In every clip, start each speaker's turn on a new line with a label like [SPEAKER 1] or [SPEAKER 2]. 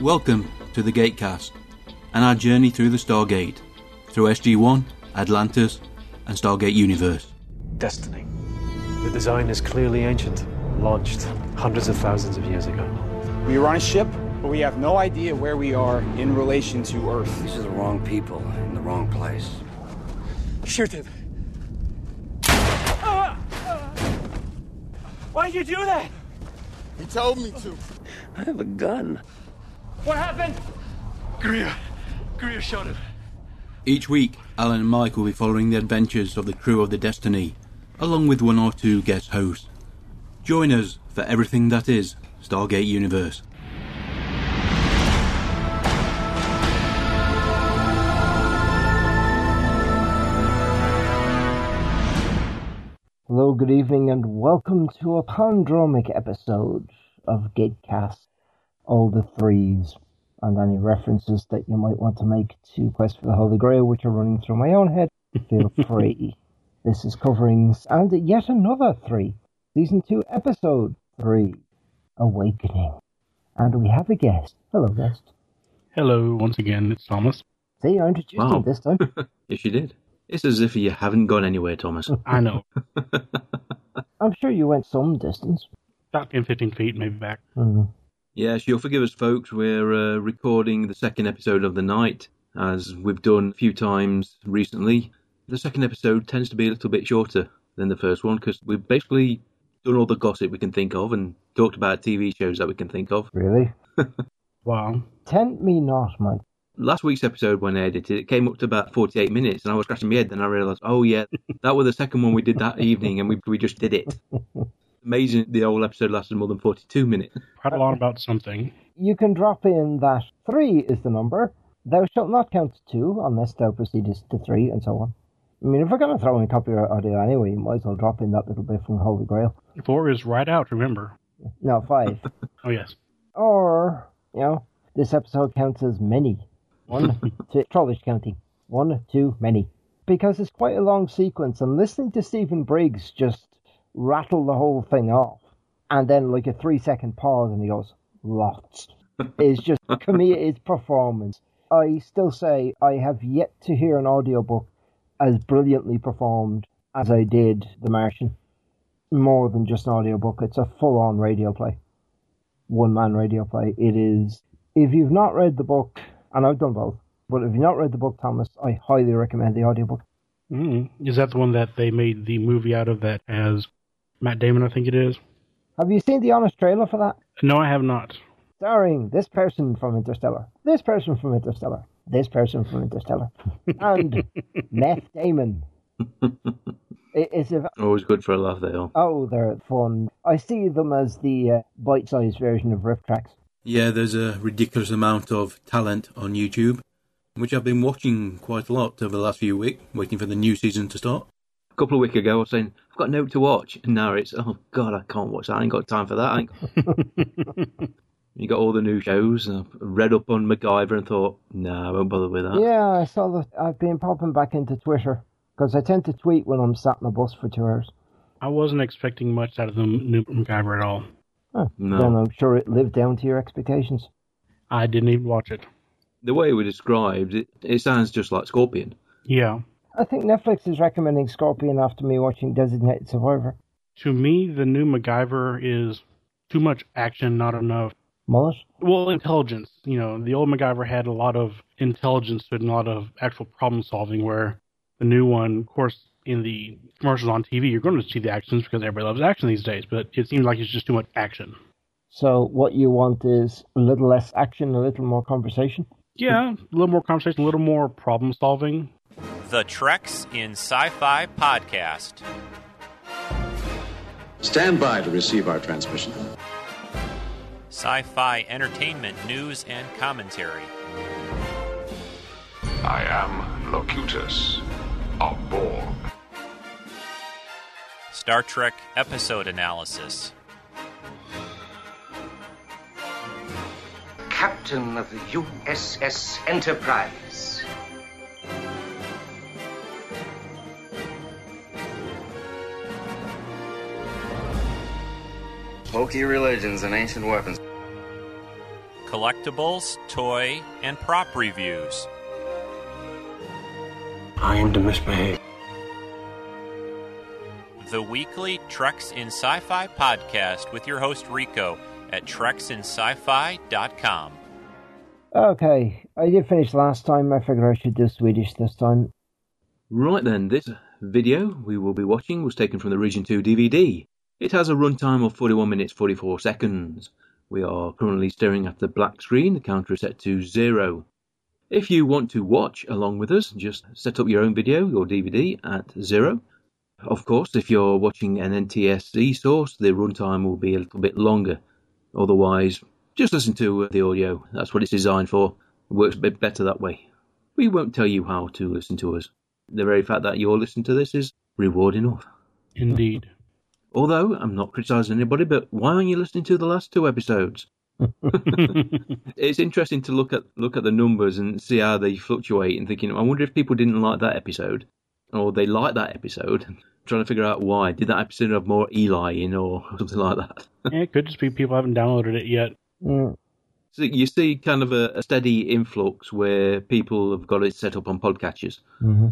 [SPEAKER 1] Welcome to the Gatecast and our journey through the Stargate, through SG-1, Atlantis, and Stargate Universe.
[SPEAKER 2] Destiny. The design is clearly ancient, launched hundreds of thousands of years ago.
[SPEAKER 3] We are on a ship, but we have no idea where we are in relation to Earth.
[SPEAKER 4] These are the wrong people in the wrong place.
[SPEAKER 5] Shoot him. Why'd you do that?
[SPEAKER 6] He told me to.
[SPEAKER 4] I have a gun.
[SPEAKER 5] What happened?
[SPEAKER 7] Greer. Greer shot him.
[SPEAKER 1] Each week, Alan and Mike will be following the adventures of the crew of the Destiny, along with one or two guest hosts. Join us for everything that is Stargate Universe.
[SPEAKER 8] Hello, good evening, and welcome to a palindromic episode of Gatecast. All the threes and any references that you might want to make to Quest for the Holy Grail, which are running through my own head, feel free. this is coverings and yet another three. Season two, episode three, Awakening. And we have a guest. Hello, guest.
[SPEAKER 9] Hello, once again, it's Thomas.
[SPEAKER 8] See, I introduced
[SPEAKER 10] Wow.
[SPEAKER 8] you this time.
[SPEAKER 10] Yes, you did. It's as if you haven't gone anywhere, Thomas.
[SPEAKER 9] I know.
[SPEAKER 8] I'm sure you went some distance.
[SPEAKER 9] About 10, 15 feet, maybe back.
[SPEAKER 8] Hmm.
[SPEAKER 10] yes, you'll forgive us, folks. We're uh, recording the second episode of the night, as we've done a few times recently. The second episode tends to be a little bit shorter than the first one because we've basically done all the gossip we can think of and talked about TV shows that we can think of.
[SPEAKER 8] Really?
[SPEAKER 9] Wow.
[SPEAKER 8] Tempt me not, Mike.
[SPEAKER 10] Last week's episode, when I edited, it came up to about 48 minutes, and I was scratching my head. Then I realised, oh, yeah, that was the second one we did that evening, and we, we just did it. Amazing, the whole episode lasted more than 42 minutes.
[SPEAKER 9] Quite a lot about something.
[SPEAKER 8] You can drop in that three is the number. Thou shalt not count to two unless thou proceedest to three, and so on. I mean, if we're going to throw in copyright audio anyway, you might as well drop in that little bit from Holy Grail.
[SPEAKER 9] Four is right out, remember.
[SPEAKER 8] No, five.
[SPEAKER 9] Oh, yes.
[SPEAKER 8] or, you know, this episode counts as many. One, two, Trollish County. One, two, many. Because it's quite a long sequence, and listening to Stephen Briggs just rattle the whole thing off, and then like a three second pause, and he goes, lots, is just comedic performance. I still say I have yet to hear an audiobook as brilliantly performed as I did The Martian. More than just an audiobook, it's a full on radio play one man radio play. It is, if you've not read the book, and I've done both, but if you've not read the book, Thomas, I highly recommend the audiobook.
[SPEAKER 9] Mm. Is that the one that they made the movie out of that as Matt Damon, I think it is?
[SPEAKER 8] Have you seen the honest trailer for that?
[SPEAKER 9] No, I have not.
[SPEAKER 8] Starring this person from Interstellar, this person from Interstellar, this person from Interstellar, and Meth Damon. It- It's a,
[SPEAKER 10] Always good for a laugh, they are.
[SPEAKER 8] oh, they're fun. I see them as the uh, bite-sized version of Rift Tracks.
[SPEAKER 1] Yeah, there's a ridiculous amount of talent on YouTube, which I've been watching quite a lot over the last few weeks, waiting for the new season to start.
[SPEAKER 10] A couple of weeks ago, I was saying, I've got no to watch. And now it's, oh, God, I can't watch that. I ain't got time for that. I ain't got... you got all the new shows. And I read up on MacGyver and thought, nah, I won't bother with that.
[SPEAKER 8] Yeah, I saw that. I've been popping back into Twitter because I tend to tweet when I'm sat in a bus for two hours.
[SPEAKER 9] I wasn't expecting much out of the new MacGyver at all.
[SPEAKER 8] Huh.
[SPEAKER 10] No.
[SPEAKER 8] Then I'm sure it lived down to your expectations.
[SPEAKER 9] I didn't even watch it.
[SPEAKER 10] The way it was described, it, it sounds just like Scorpion.
[SPEAKER 9] Yeah.
[SPEAKER 8] I think Netflix is recommending Scorpion after me watching Designated Survivor.
[SPEAKER 9] To me, the new MacGyver is too much action, not enough.
[SPEAKER 8] Mullet?
[SPEAKER 9] Well, intelligence. You know, the old MacGyver had a lot of intelligence and a lot of actual problem solving, where the new one, of course, in the commercials on TV, you're going to see the actions because everybody loves action these days, but it seems like it's just too much action.
[SPEAKER 8] So what you want is a little less action, a little more conversation.
[SPEAKER 9] Yeah, a little more conversation, a little more problem solving.
[SPEAKER 11] The Treks in Sci Fi Podcast.
[SPEAKER 12] Stand by to receive our transmission.
[SPEAKER 11] Sci fi entertainment news and commentary.
[SPEAKER 7] I am Locutus of Borg.
[SPEAKER 11] Star Trek episode analysis.
[SPEAKER 4] Captain of the USS Enterprise. Hokey religions and ancient weapons.
[SPEAKER 11] collectibles, toy, and prop reviews.
[SPEAKER 13] I am to misbehave.
[SPEAKER 11] The weekly Treks in Sci Fi podcast with your host Rico at treksinscifi.com.
[SPEAKER 8] Okay, I did finish last time. I figure I should do Swedish this time.
[SPEAKER 10] Right then, this video we will be watching was taken from the Region 2 DVD. It has a runtime of 41 minutes 44 seconds. We are currently staring at the black screen, the counter is set to zero. If you want to watch along with us, just set up your own video, your DVD, at zero. Of course, if you're watching an NTSC source, the runtime will be a little bit longer. Otherwise, just listen to the audio. That's what it's designed for. It works a bit better that way. We won't tell you how to listen to us. The very fact that you're listening to this is reward enough.
[SPEAKER 9] Indeed.
[SPEAKER 10] Although, I'm not criticising anybody, but why aren't you listening to the last two episodes? it's interesting to look at look at the numbers and see how they fluctuate and thinking, I wonder if people didn't like that episode or they like that episode and trying to figure out why. Did that episode have more Eli in or something like that?
[SPEAKER 9] Yeah, it could just be people haven't downloaded it yet.
[SPEAKER 8] Mm.
[SPEAKER 10] So you see kind of a, a steady influx where people have got it set up on podcatchers.
[SPEAKER 8] Mm-hmm.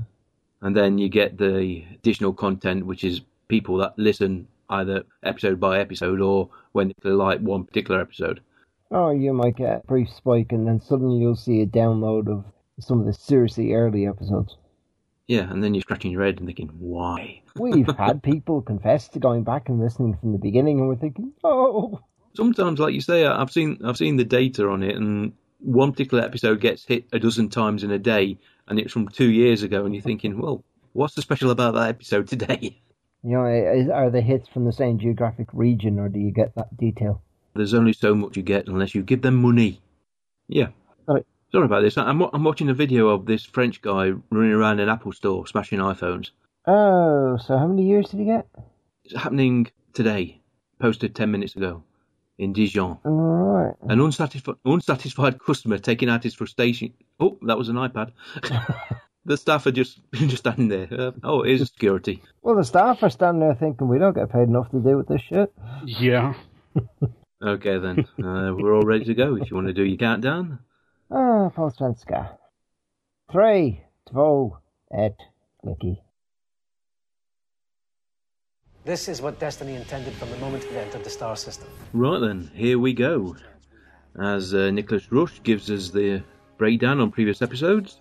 [SPEAKER 10] And then you get the additional content, which is people that listen either episode by episode or when they like one particular episode.
[SPEAKER 8] Oh, you might get a brief spike, and then suddenly you'll see a download of some of the seriously early episodes.
[SPEAKER 10] Yeah, and then you're scratching your head and thinking, why?
[SPEAKER 8] We've had people confess to going back and listening from the beginning, and we're thinking, oh.
[SPEAKER 10] Sometimes, like you say, I've seen I've seen the data on it, and one particular episode gets hit a dozen times in a day, and it's from two years ago, and you're thinking, well, what's so special about that episode today?
[SPEAKER 8] You know, is, are the hits from the same geographic region, or do you get that detail?
[SPEAKER 10] There's only so much you get unless you give them money. Yeah.
[SPEAKER 8] Sorry,
[SPEAKER 10] Sorry about this. I'm, I'm watching a video of this French guy running around an Apple store smashing iPhones.
[SPEAKER 8] Oh, so how many years did he get?
[SPEAKER 10] It's happening today, posted 10 minutes ago in Dijon.
[SPEAKER 8] All right.
[SPEAKER 10] An unsatisfi- unsatisfied customer taking out his frustration. Oh, that was an iPad. the staff are just just standing there. Uh, oh, it is security.
[SPEAKER 8] Well, the staff are standing there thinking we don't get paid enough to deal with this shit.
[SPEAKER 9] Yeah.
[SPEAKER 10] okay then, uh, we're all ready to go. If you want to do your countdown,
[SPEAKER 8] Ah, Paul Svenska. Three, two, et, Mickey.
[SPEAKER 14] This is what destiny intended from the moment we entered the star system.
[SPEAKER 10] right then, here we go. As uh, Nicholas Rush gives us the breakdown on previous episodes,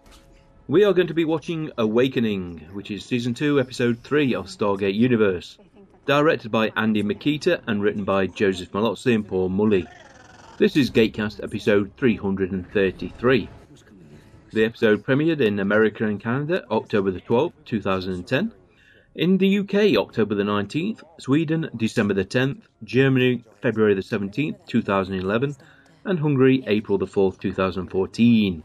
[SPEAKER 10] we are going to be watching Awakening, which is season two, episode three of Stargate Universe, directed by Andy Makita and written by Joseph Malozzi and Paul Mully. This is Gatecast episode 333. The episode premiered in America and Canada October the 12th, 2010. In the UK, October the 19th, Sweden, December the 10th, Germany, February the 17th, 2011, and Hungary, April the 4th, 2014.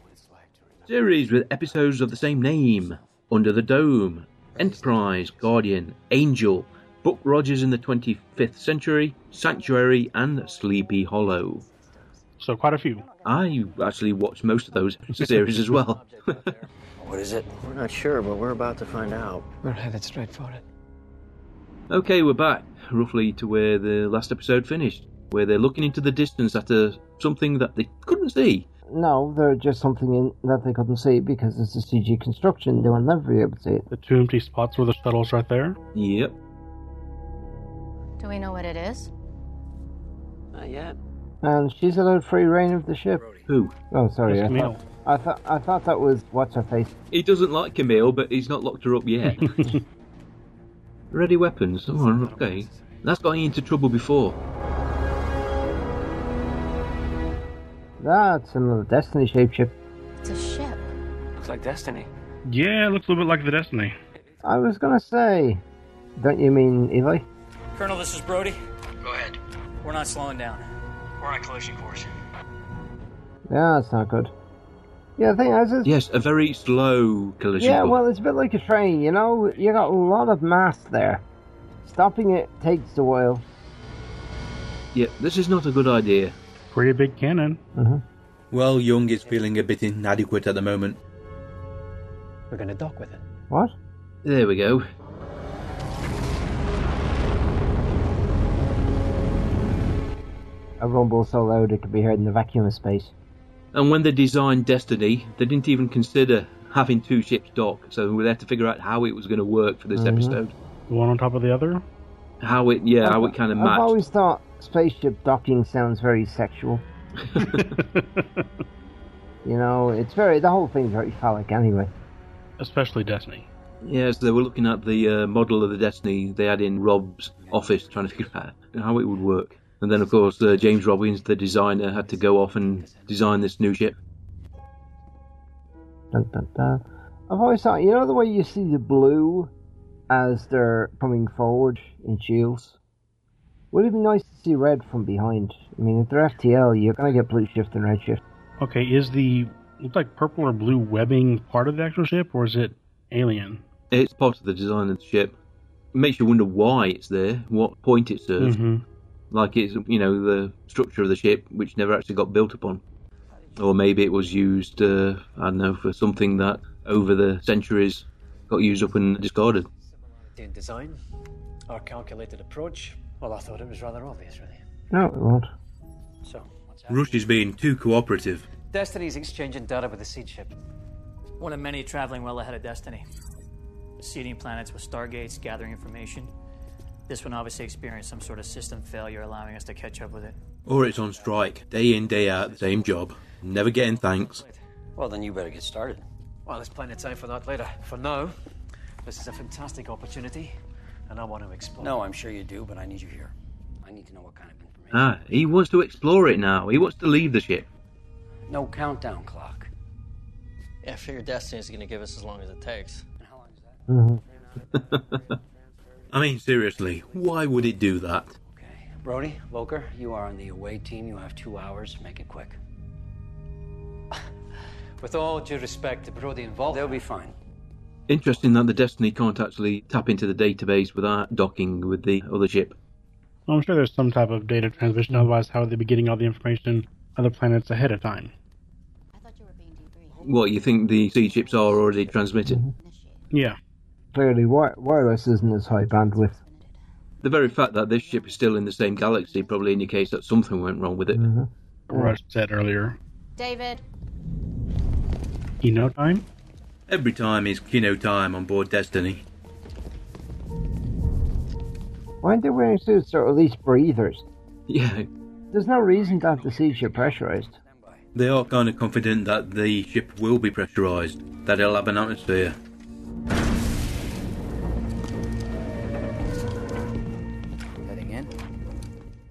[SPEAKER 10] Series with episodes of the same name Under the Dome, Enterprise, Guardian, Angel, Buck Rogers in the 25th Century, Sanctuary, and Sleepy Hollow.
[SPEAKER 9] So quite a few.
[SPEAKER 10] I actually watched most of those series as well.
[SPEAKER 13] What is it? We're not sure, but we're about to find out. We're headed straight for it.
[SPEAKER 10] Okay, we're back roughly to where the last episode finished, where they're looking into the distance at a, something that they couldn't see.
[SPEAKER 8] No, they're just something in, that they couldn't see because it's a CG construction. They will never be able to see it.
[SPEAKER 9] The two empty spots where the shuttle's right there.
[SPEAKER 10] Yep.
[SPEAKER 15] Do we know what it is?
[SPEAKER 13] Not yet.
[SPEAKER 8] And she's allowed free reign of the ship.
[SPEAKER 10] Who?
[SPEAKER 8] Oh, sorry.
[SPEAKER 10] Yes,
[SPEAKER 8] I
[SPEAKER 10] Camille.
[SPEAKER 8] thought, I thought I thought that was what's her face.
[SPEAKER 10] He doesn't like Camille, but he's not locked her up yet. Ready weapons. Oh, okay. That's got you into trouble before.
[SPEAKER 8] That's another Destiny shaped ship.
[SPEAKER 15] It's a ship.
[SPEAKER 13] Looks like destiny.
[SPEAKER 9] Yeah, it looks a little bit like the Destiny.
[SPEAKER 8] I was gonna say, don't you mean Eli?
[SPEAKER 16] Colonel, this is Brody. Go ahead. We're not slowing down. We're on collision course.
[SPEAKER 8] Yeah, that's not good. Yeah, the thing is, it's,
[SPEAKER 10] Yes, a very slow collision.
[SPEAKER 8] yeah,
[SPEAKER 10] course.
[SPEAKER 8] well, it's a bit like a train. You know, you got a lot of mass there. Stopping it takes a while.
[SPEAKER 10] Yeah, this is not a good idea.
[SPEAKER 9] Pretty big cannon.
[SPEAKER 1] Well, Young is feeling a bit inadequate at the moment.
[SPEAKER 14] We're going to dock with it.
[SPEAKER 8] What?
[SPEAKER 10] There we go.
[SPEAKER 8] a rumble so loud it could be heard in the vacuum of space.
[SPEAKER 10] And when they designed Destiny, they didn't even consider having two ships dock, so we had to figure out how it was going to work for this
[SPEAKER 8] Mhm.
[SPEAKER 10] episode.
[SPEAKER 9] One on top of the other?
[SPEAKER 10] How it, yeah, how it kind of
[SPEAKER 8] I've
[SPEAKER 10] matched.
[SPEAKER 8] always thought spaceship docking sounds very sexual. you know, it's very the whole thing's very phallic anyway.
[SPEAKER 9] Especially Destiny.
[SPEAKER 10] Yeah, so they were looking at the uh, model of the Destiny they had in Rob's office, trying to figure out how it would work. And then, of course, uh, James Robbins, the designer, had to go off and design this new ship.
[SPEAKER 8] Dun, dun, dun. I've always thought, you know, the way you see the blue as they're coming forward in shields. Would it be nice to see red from behind? I mean, if they're FTL, you're gonna get blue shift and red shift.
[SPEAKER 9] Okay, is the looks like purple or blue webbing part of the actual ship, or is it alien?
[SPEAKER 10] It's part of the design of the ship. It makes you wonder why it's there, what point it serves.
[SPEAKER 9] Mhm.
[SPEAKER 10] Like it's, you know, the structure of the ship, which never actually got built upon. Or maybe it was used, uh, I don't know, for something that over the centuries got used up and discarded.
[SPEAKER 14] In design, our calculated approach. Well, I thought it was rather obvious, really.
[SPEAKER 8] No, it won't.
[SPEAKER 14] So,
[SPEAKER 1] Rush is being too cooperative.
[SPEAKER 14] Destiny's exchanging data with the seed ship.
[SPEAKER 16] One of many traveling well ahead of Destiny. Seeding planets with stargates, gathering information. This one obviously experienced some sort of system failure, allowing us to catch up with it.
[SPEAKER 1] Or it's on strike, day in, day out, the same job. Never getting thanks.
[SPEAKER 13] Well, then you better get started.
[SPEAKER 14] Well, there's plenty of time for that later. For now, this is a fantastic opportunity, and I want to explore.
[SPEAKER 13] No, I'm sure you do, but I need you here. I need to know what kind of.
[SPEAKER 10] Ah, he wants to explore it now. He wants to leave the ship.
[SPEAKER 13] No countdown clock.
[SPEAKER 17] Yeah, I figure Destiny's gonna give us as long as it takes.
[SPEAKER 8] Mm-hmm.
[SPEAKER 1] I mean, seriously, why would it do that?
[SPEAKER 13] Brody, Volker, you are on the away team. You have two hours. Make it quick.
[SPEAKER 14] With all due respect to Brody and Volker, they'll be fine.
[SPEAKER 10] Interesting that the Destiny can't actually tap into the database without docking with the other ship.
[SPEAKER 9] Well, I'm sure there's some type of data transmission. Otherwise, how would they be getting all the information on the planets ahead of time?
[SPEAKER 10] What, you think the sea ships are already transmitting?
[SPEAKER 9] Yeah.
[SPEAKER 8] Clearly, wi- wireless isn't as high bandwidth.
[SPEAKER 10] The very fact that this ship is still in the same galaxy probably indicates that something went wrong with it.
[SPEAKER 8] Mhm.
[SPEAKER 9] Rush said earlier.
[SPEAKER 15] David,
[SPEAKER 9] Kino time?
[SPEAKER 1] Every time is Kino time on board Destiny.
[SPEAKER 8] Why aren't they wearing suits or at least breathers?
[SPEAKER 10] Yeah.
[SPEAKER 8] There's no reason to have the seed ship pressurized.
[SPEAKER 1] They are kind of confident that the ship will be pressurised, that it'll have an atmosphere.
[SPEAKER 13] Heading in.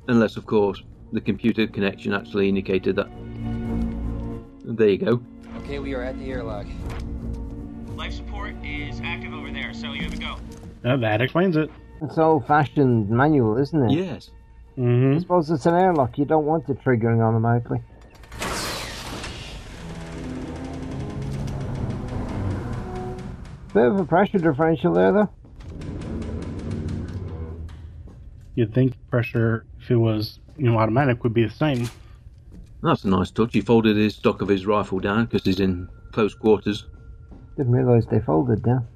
[SPEAKER 10] Unless, of course, the computer connection actually indicated that. There you go.
[SPEAKER 13] Okay, we are at the airlock.
[SPEAKER 18] Life support is active over there, so you have to go.
[SPEAKER 9] Uh, that explains it.
[SPEAKER 8] It's old fashioned manual, isn't
[SPEAKER 1] Oh.
[SPEAKER 8] it?
[SPEAKER 10] Yes.
[SPEAKER 9] Mm-hmm.
[SPEAKER 8] I suppose it's an airlock. You don't want it triggering automatically. Bit of a pressure differential there, though.
[SPEAKER 9] You'd think pressure, if it was you know automatic, would be the same.
[SPEAKER 10] That's a nice touch. He folded his stock of his rifle down because he's in close quarters.
[SPEAKER 8] Didn't realise they folded down.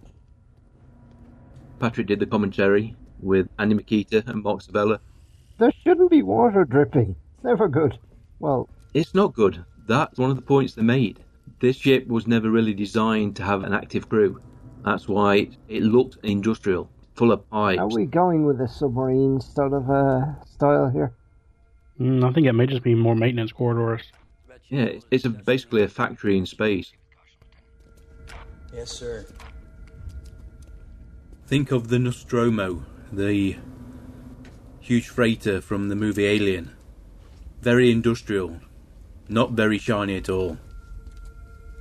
[SPEAKER 10] Patrick did the commentary with Andy Makita and Mark Sabella.
[SPEAKER 8] There shouldn't be water dripping. It's never good. Well,
[SPEAKER 10] It's not good. That's one of the points they made. This ship was never really designed to have an active crew. That's why it, it looked industrial, full of pipes.
[SPEAKER 8] are we going with a submarine sort of uh, style here?
[SPEAKER 9] Mm, I think it may just be more maintenance corridors.
[SPEAKER 10] Yeah, it's, it's a, basically a factory in space.
[SPEAKER 13] Yes, sir.
[SPEAKER 1] Think of the Nostromo, the huge freighter from the movie Alien. Very industrial, not very shiny at all.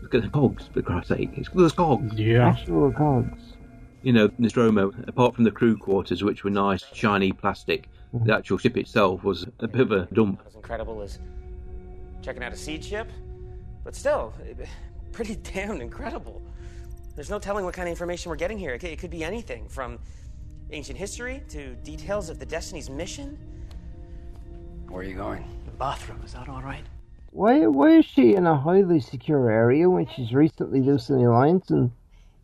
[SPEAKER 10] Look at the cogs, for Christ's sake. It's, there's cogs.
[SPEAKER 9] Yeah.
[SPEAKER 8] Actual cogs.
[SPEAKER 10] You know, Nostromo, apart from the crew quarters, which were nice, shiny plastic, the actual ship itself was a bit of a dump.
[SPEAKER 18] As incredible as checking out a seed ship, but still, eh, pretty damn incredible. There's no telling what kind of information we're getting here. It could, it could be anything from ancient history to details of the Destiny's mission.
[SPEAKER 13] Where are you going?
[SPEAKER 14] The bathroom, is that all right?
[SPEAKER 8] Why, why is she in a highly secure area when she's recently loose in the alliance and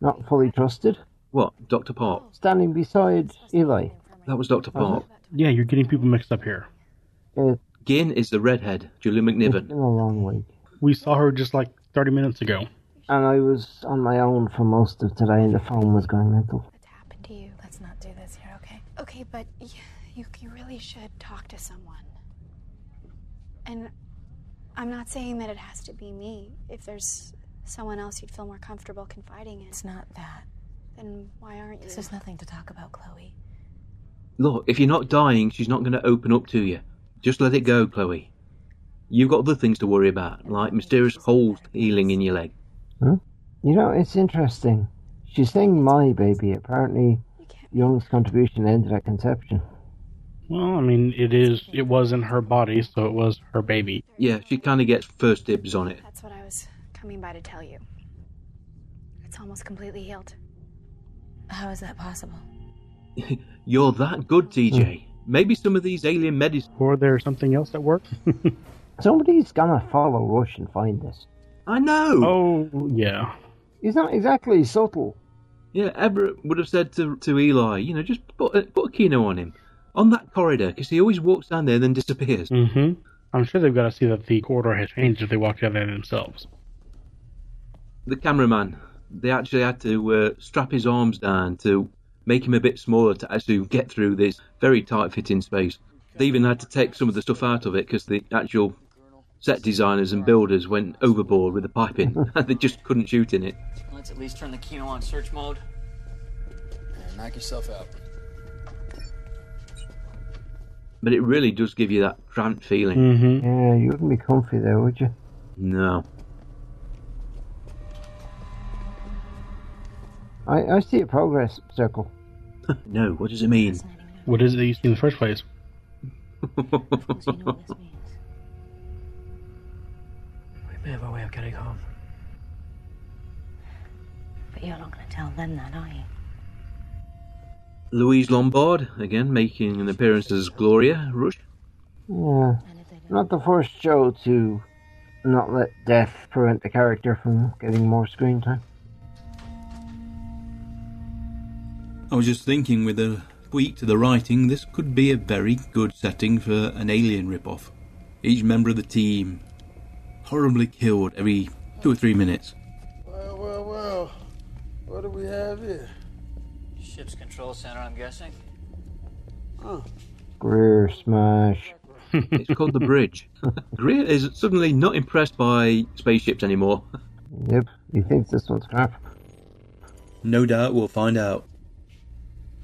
[SPEAKER 8] not fully trusted?
[SPEAKER 10] What? Dr. Park?
[SPEAKER 8] Standing beside Eli.
[SPEAKER 10] That was Dr. Park.
[SPEAKER 9] Yeah, you're getting people mixed up here.
[SPEAKER 8] It
[SPEAKER 10] Gin is the redhead, Julie
[SPEAKER 8] It's been
[SPEAKER 10] McNiven.
[SPEAKER 8] a long week.
[SPEAKER 9] We saw her just like 30 minutes ago.
[SPEAKER 8] And I was on my own for most of today, and the phone was going mental.
[SPEAKER 15] happened to you. Let's not do this here, okay? Okay, but y- you, you really should talk to someone. And I'm not saying that it has to be me. If there's someone else you'd feel more comfortable confiding in. It's not that. Then why aren't you? This is nothing to talk about, Chloe.
[SPEAKER 10] Look, if you're not dying, she's not going to open up to you. Just let it go, Chloe. You've got other things to worry about, like mysterious holes healing in your leg.
[SPEAKER 8] You know, it's interesting. She's saying my baby. Apparently, Young's contribution ended at conception.
[SPEAKER 9] Well, I mean, it is. It was in her body, so it was her baby.
[SPEAKER 10] Yeah, she kind of gets first dibs on it.
[SPEAKER 15] That's what I was coming by to tell you. It's almost completely healed. How is that possible?
[SPEAKER 10] You're that good, TJ. Maybe some of these alien medicines.
[SPEAKER 9] Or there's something else at work.
[SPEAKER 8] Somebody's gonna follow Rush and find this.
[SPEAKER 10] I know.
[SPEAKER 9] Oh, yeah.
[SPEAKER 8] He's not exactly subtle.
[SPEAKER 10] Yeah, Everett would have said to, to Eli, you know, just put a, put a kino on him, on that corridor, because he always walks down there and then disappears.
[SPEAKER 9] Mm-hmm. I'm sure they've got to see that the corridor has changed if they walk down there themselves.
[SPEAKER 10] The cameraman, they actually had to uh, strap his arms down to make him a bit smaller to actually get through this very tight fitting space. They even had to take some of the stuff out of it because the actual set designers and builders went overboard with the piping and they just couldn't shoot in it.
[SPEAKER 16] Let's at least turn the Kino on search mode. knock yourself out.
[SPEAKER 10] But it really does give you that cramped feeling.
[SPEAKER 8] Mm-hmm. Yeah, you wouldn't be comfy there, would you?
[SPEAKER 10] No.
[SPEAKER 8] I, I see a progress circle.
[SPEAKER 10] no, what does it mean?
[SPEAKER 9] What is it that you see in the first place?
[SPEAKER 14] We may have a way of getting home.
[SPEAKER 19] But you're not going to tell them that, are you?
[SPEAKER 10] Louise Lombard, again making an appearance as Gloria Rush.
[SPEAKER 8] Yeah. Not the first show to not let death prevent the character from getting more screen time.
[SPEAKER 1] I was just thinking, with a tweak to the writing, this could be a very good setting for an alien ripoff. Each member of the team horribly killed every two or three minutes.
[SPEAKER 6] Well, well, well. What do we have here?
[SPEAKER 16] Ship's control center, I'm guessing.
[SPEAKER 6] Huh.
[SPEAKER 8] Greer smash.
[SPEAKER 10] it's called the Bridge. Greer is suddenly not impressed by spaceships anymore.
[SPEAKER 8] Yep, he thinks this one's crap.
[SPEAKER 1] No doubt we'll find out.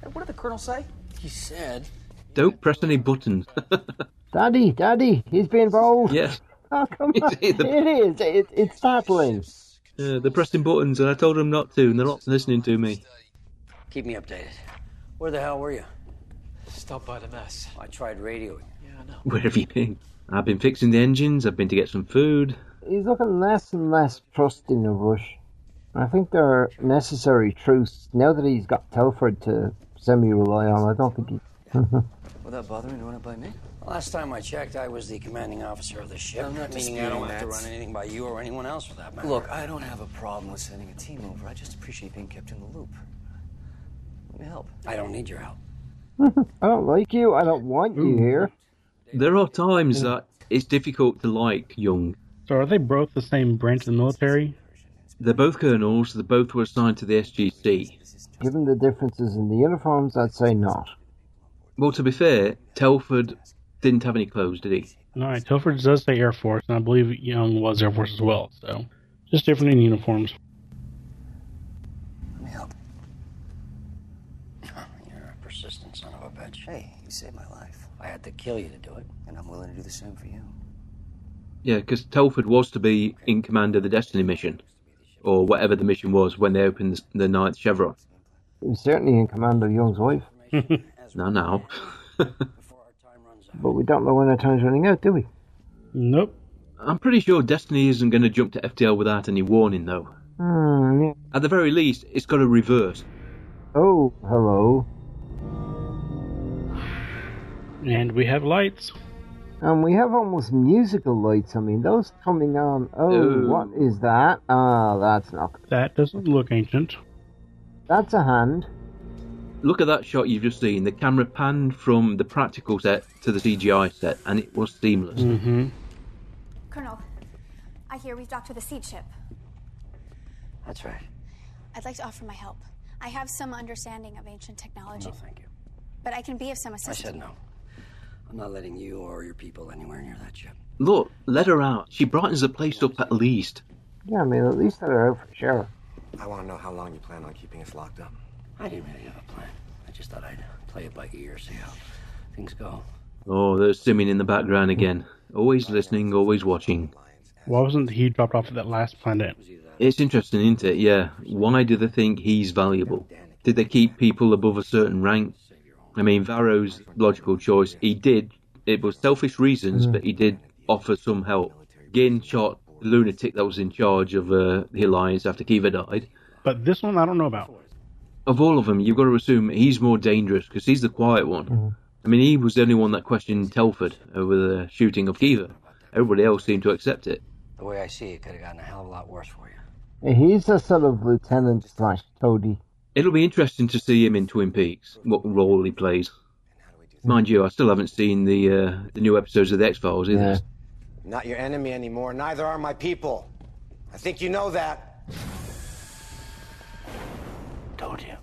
[SPEAKER 18] Hey, What did the colonel say?
[SPEAKER 16] He said.
[SPEAKER 10] Don't press any buttons.
[SPEAKER 8] Daddy, daddy, he's being bold.
[SPEAKER 10] yes,
[SPEAKER 8] Oh, come on.
[SPEAKER 10] It's either-
[SPEAKER 8] It is. It, it's startling.
[SPEAKER 10] uh, they're pressing buttons, and I told them not to, and they're not listening to me.
[SPEAKER 13] Keep me updated.
[SPEAKER 14] Where the hell were you?
[SPEAKER 13] Stop by the mess. I tried radioing. Yeah, I know.
[SPEAKER 10] Where have you been? I've been fixing the engines. I've been to get some food.
[SPEAKER 8] He's looking less and less trusting of Rush. I think there are necessary truths. Now that he's got Telford to semi rely on, I don't think he.
[SPEAKER 13] Without bothering, you want to play me? Last time I checked, I was the commanding officer of the ship.
[SPEAKER 14] I'm not
[SPEAKER 13] meaning I don't
[SPEAKER 14] disputing
[SPEAKER 13] have to
[SPEAKER 14] that.
[SPEAKER 13] run anything by you or anyone else for that matter.
[SPEAKER 14] Look, I don't have a problem with sending a team over. I just appreciate being kept in the loop. Let me help.
[SPEAKER 13] I don't need your help.
[SPEAKER 8] I don't like you. I don't want you here.
[SPEAKER 10] There are times that it's difficult to like young.
[SPEAKER 9] So are they both the same branch of the military?
[SPEAKER 10] They're both colonels. They both were assigned to the SGC.
[SPEAKER 8] Given the differences in the uniforms, I'd say not.
[SPEAKER 10] Well, to be fair, Telford didn't have any clothes, did he?
[SPEAKER 9] All right, Tilford does say Air Force, and I believe Young was Air Force as well. So just different in uniforms.
[SPEAKER 13] Let me help. You're a persistent son of a bitch. Hey, you saved my life. I had to kill you to do it, and I'm willing to do the same for you.
[SPEAKER 10] Yeah, because Telford was to be in command of the Destiny mission, or whatever the mission was when they opened the, the ninth Chevron.
[SPEAKER 8] He was certainly in command of Young's wife.
[SPEAKER 10] Now, now,
[SPEAKER 8] But we don't know when our time's running out, do we?
[SPEAKER 9] Nope.
[SPEAKER 10] I'm pretty sure Destiny isn't going to jump to FTL without any warning, though.
[SPEAKER 8] Hmm, yeah.
[SPEAKER 10] At the very least, it's got to reverse.
[SPEAKER 8] Oh, hello.
[SPEAKER 9] And we have lights.
[SPEAKER 8] And Um, we have almost musical lights. I mean, those coming on. Oh,
[SPEAKER 9] Ooh.
[SPEAKER 8] what is that? Ah, that's not.
[SPEAKER 9] That doesn't look ancient.
[SPEAKER 8] That's a hand.
[SPEAKER 10] Look at that shot you've just seen. The camera panned from the practical set to the CGI set, and it was seamless.
[SPEAKER 9] Mm-hmm.
[SPEAKER 15] Colonel, I hear we've docked with a seed ship.
[SPEAKER 13] That's right.
[SPEAKER 15] I'd like to offer my help. I have some understanding of ancient technology.
[SPEAKER 13] No, thank you.
[SPEAKER 15] But I can be of some assistance.
[SPEAKER 13] I said no. I'm not letting you or your people anywhere near that ship.
[SPEAKER 10] Look, let her out. She brightens the place up at least.
[SPEAKER 8] Yeah, I mean, at least they're out for sure.
[SPEAKER 13] I want to know how long you plan on keeping us locked up. I didn't really have a plan. I just thought I'd play it by ear, see how things go.
[SPEAKER 10] Oh, there's Simeon in the background again. Always listening, always watching.
[SPEAKER 9] Why wasn't he dropped off at that last planet?
[SPEAKER 10] It's interesting, isn't it? Yeah. Why do they think he's valuable? Did they keep people above a certain rank? I mean, Varro's logical choice, he did. It was selfish reasons, but he did offer some help. Gin shot the lunatic that was in charge of uh, the Alliance after Kiva died.
[SPEAKER 9] But this one I don't know about.
[SPEAKER 10] Of all of them, you've got to assume he's more dangerous because he's the quiet one. I mean, he was the only one that questioned Telford over the shooting of Kiva. Everybody else seemed to accept it.
[SPEAKER 13] The way I see it, could have gotten a hell of a lot worse for you.
[SPEAKER 8] He's a sort of lieutenant slash toady.
[SPEAKER 10] It'll be interesting to see him in Twin Peaks, what role he plays. Mind you, I still haven't seen the uh, the new episodes of the X Files either.
[SPEAKER 12] Not your enemy anymore, neither are my people. I think you know that.
[SPEAKER 13] Told you.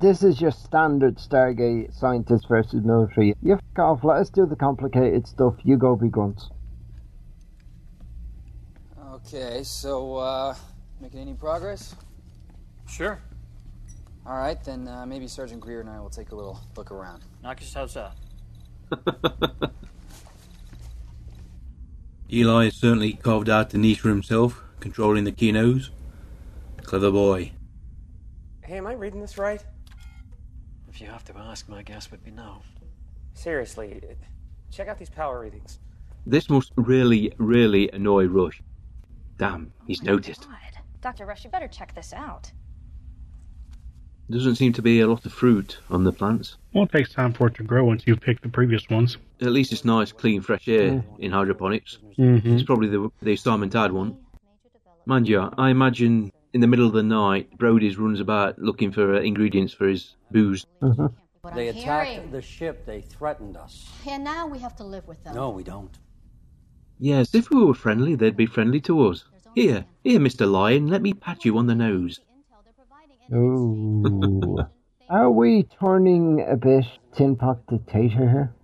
[SPEAKER 8] This is your standard Stargate scientist versus military. You f off, let us do the complicated stuff, you go be grunts.
[SPEAKER 20] Okay, so uh, making any progress?
[SPEAKER 16] Sure.
[SPEAKER 20] All right, then uh, maybe Sergeant Greer and I will take a little look around.
[SPEAKER 16] Knock yourselves out.
[SPEAKER 1] Eli has certainly carved out a niche for himself, controlling the kinos. Clever boy.
[SPEAKER 18] Hey, am I reading this right?
[SPEAKER 14] If you have to ask, my guess would be no.
[SPEAKER 18] Seriously, check out these power readings.
[SPEAKER 10] This must really, really annoy Rush. Damn, he's noticed.
[SPEAKER 19] God. Dr. Rush, you better check this out.
[SPEAKER 10] Doesn't seem to be a lot of fruit on the plants.
[SPEAKER 9] Well, it takes time for it to grow once you've picked the previous ones.
[SPEAKER 10] At least it's nice, clean, fresh air in hydroponics.
[SPEAKER 9] Mhm.
[SPEAKER 10] It's probably the, the Simon Tad one. Mind you, I imagine in the middle of the night, Brody's runs about looking for uh, ingredients for his booze.
[SPEAKER 19] What
[SPEAKER 13] they
[SPEAKER 19] I'm
[SPEAKER 13] attacked
[SPEAKER 19] hearing.
[SPEAKER 13] the ship. They threatened us.
[SPEAKER 19] And now we have to live with them.
[SPEAKER 13] No, we don't.
[SPEAKER 10] Yes, if we were friendly, they'd be friendly to us. Here, here, Mr. Lion, let me pat you on the nose.
[SPEAKER 8] Ooh. Are we turning a bit tin pot dictator here?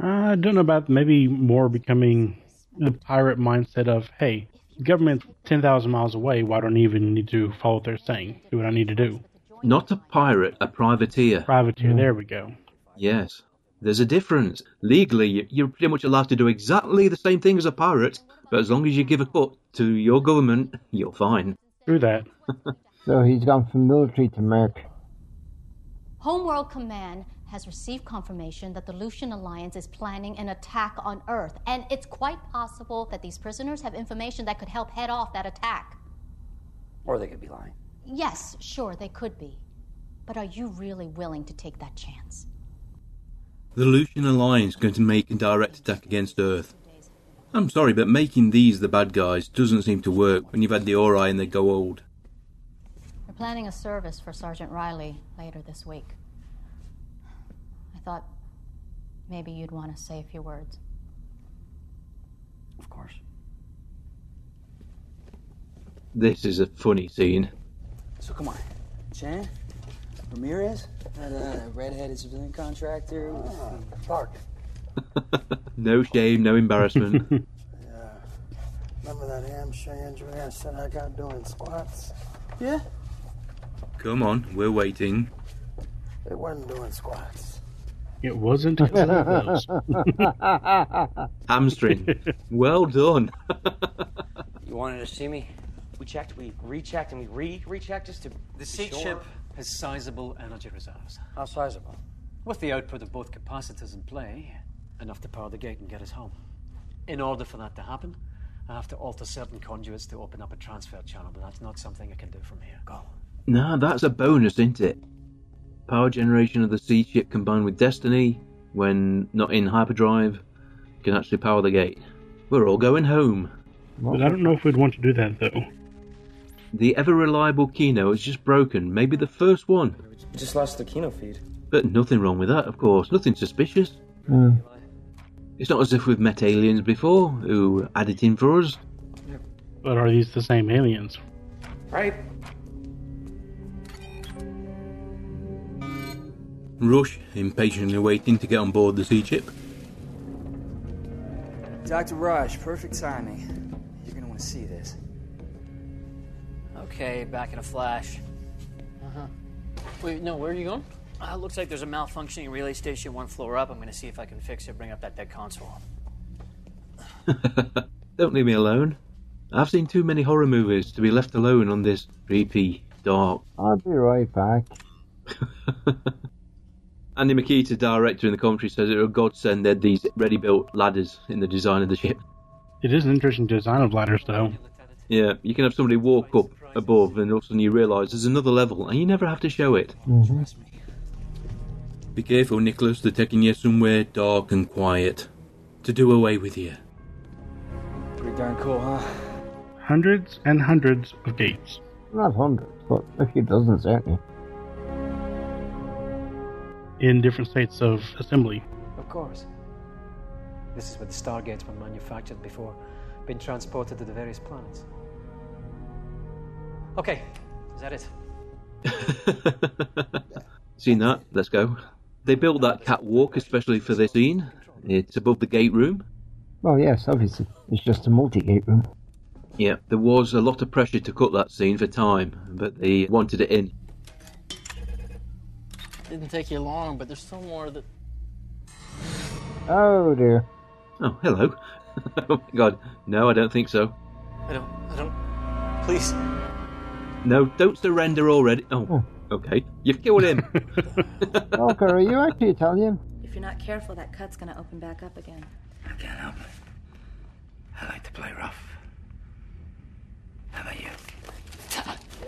[SPEAKER 9] I don't know about maybe more becoming the pirate mindset of, hey, the government's 10,000 miles away. Why don't I even need to follow what they're saying? Do what I need to do.
[SPEAKER 10] Not a pirate, a privateer.
[SPEAKER 9] Privateer, there we go.
[SPEAKER 10] Yes. There's a difference. Legally, you- you're pretty much allowed to do exactly the same thing as a pirate, but as long as you give a cut to your government, you're fine.
[SPEAKER 9] Through that.
[SPEAKER 8] So he's gone from military to merc.
[SPEAKER 19] Homeworld Command has received confirmation that the Lucian Alliance is planning an attack on Earth, and it's quite possible that these prisoners have information that could help head off that attack.
[SPEAKER 13] Or they could be lying.
[SPEAKER 19] Yes, sure, they could be. But are you really willing to take that chance?
[SPEAKER 1] The Lucian Alliance going to make a direct attack against Earth. I'm sorry, but making these the bad guys doesn't seem to work when you've had the Ori and they go old.
[SPEAKER 19] We're planning a service for Sergeant Riley later this week. I thought maybe you'd want to say a few words.
[SPEAKER 13] Of course.
[SPEAKER 10] This is a funny scene.
[SPEAKER 20] So come on, Chan, Ramirez, that uh, redheaded civilian contractor.
[SPEAKER 6] Ah,
[SPEAKER 20] with-
[SPEAKER 6] Clark.
[SPEAKER 10] No shame, no embarrassment.
[SPEAKER 6] Remember that ham Andrea said I got doing squats?
[SPEAKER 20] Yeah.
[SPEAKER 1] Come on, we're waiting.
[SPEAKER 6] They wasn't doing squats.
[SPEAKER 9] It wasn't. It was.
[SPEAKER 10] Hamstring. Well done.
[SPEAKER 13] You wanted to see me?
[SPEAKER 18] We checked, we rechecked, and we re rechecked just to.
[SPEAKER 14] The seed
[SPEAKER 18] sure.
[SPEAKER 14] ship has sizable energy reserves.
[SPEAKER 13] How sizable?
[SPEAKER 14] With the output of both capacitors in play, enough to power the gate and get us home. In order for that to happen, I have to alter certain conduits to open up a transfer channel, but that's not something I can do from here. Go.
[SPEAKER 10] Nah, that's a bonus, isn't it? Power generation of the sea ship combined with Destiny, when not in hyperdrive, can actually power the gate. We're all going home.
[SPEAKER 9] But I don't know if we'd want to do that, though.
[SPEAKER 10] The ever reliable Kino is just broken, maybe the first one.
[SPEAKER 18] We just lost the Kino feed.
[SPEAKER 10] But nothing wrong with that, of course, nothing suspicious. It's not as if we've met aliens before who added in for us.
[SPEAKER 9] But are these the same aliens?
[SPEAKER 18] Right.
[SPEAKER 1] Rush, impatiently waiting to get on board the sea ship.
[SPEAKER 20] Dr. Rush, perfect timing. You're gonna want to see this.
[SPEAKER 16] Okay, back in a flash. Uh-huh. Wait, no, where are you going? Uh, looks like there's a malfunctioning relay station one floor up. I'm going to see if I can fix it, bring up that dead console.
[SPEAKER 10] Don't leave me alone. I've seen too many horror movies to be left alone on this creepy, dark.
[SPEAKER 8] I'll be right back.
[SPEAKER 10] Andy Makita, director in the commentary, says it a godsend they had these ready built ladders in the design of the ship.
[SPEAKER 9] It is an interesting design of ladders, though.
[SPEAKER 10] Yeah, you can have somebody walk up above and all of a sudden you realise there's another level and you never have to show it.
[SPEAKER 1] Be careful, Nicholas, they're taking you somewhere dark and quiet to do away with you.
[SPEAKER 20] Pretty darn cool, huh?
[SPEAKER 9] Hundreds and hundreds of gates.
[SPEAKER 8] Not hundreds, but a few dozen certainly.
[SPEAKER 9] in different states of assembly.
[SPEAKER 16] Of course. This is where the Stargates were manufactured before being transported to the various planets. Okay, is that it?
[SPEAKER 10] Seen that? Let's go. They built that catwalk especially for this scene. It's above the gate room.
[SPEAKER 8] Well, yes, obviously. It's just a multi gate room.
[SPEAKER 10] Yeah, there was a lot of pressure to cut that scene for time, but they wanted it in.
[SPEAKER 17] Didn't take you long, but there's still more that.
[SPEAKER 8] Oh dear.
[SPEAKER 10] Oh, hello. oh my god. No, I don't think so.
[SPEAKER 17] I don't. I don't. Please.
[SPEAKER 10] No, don't surrender already. Oh, okay. You've killed him.
[SPEAKER 8] Walker, are you actually Italian?
[SPEAKER 21] If you're not careful, that cut's gonna open back up again.
[SPEAKER 13] I can't help it. I like to play rough. How about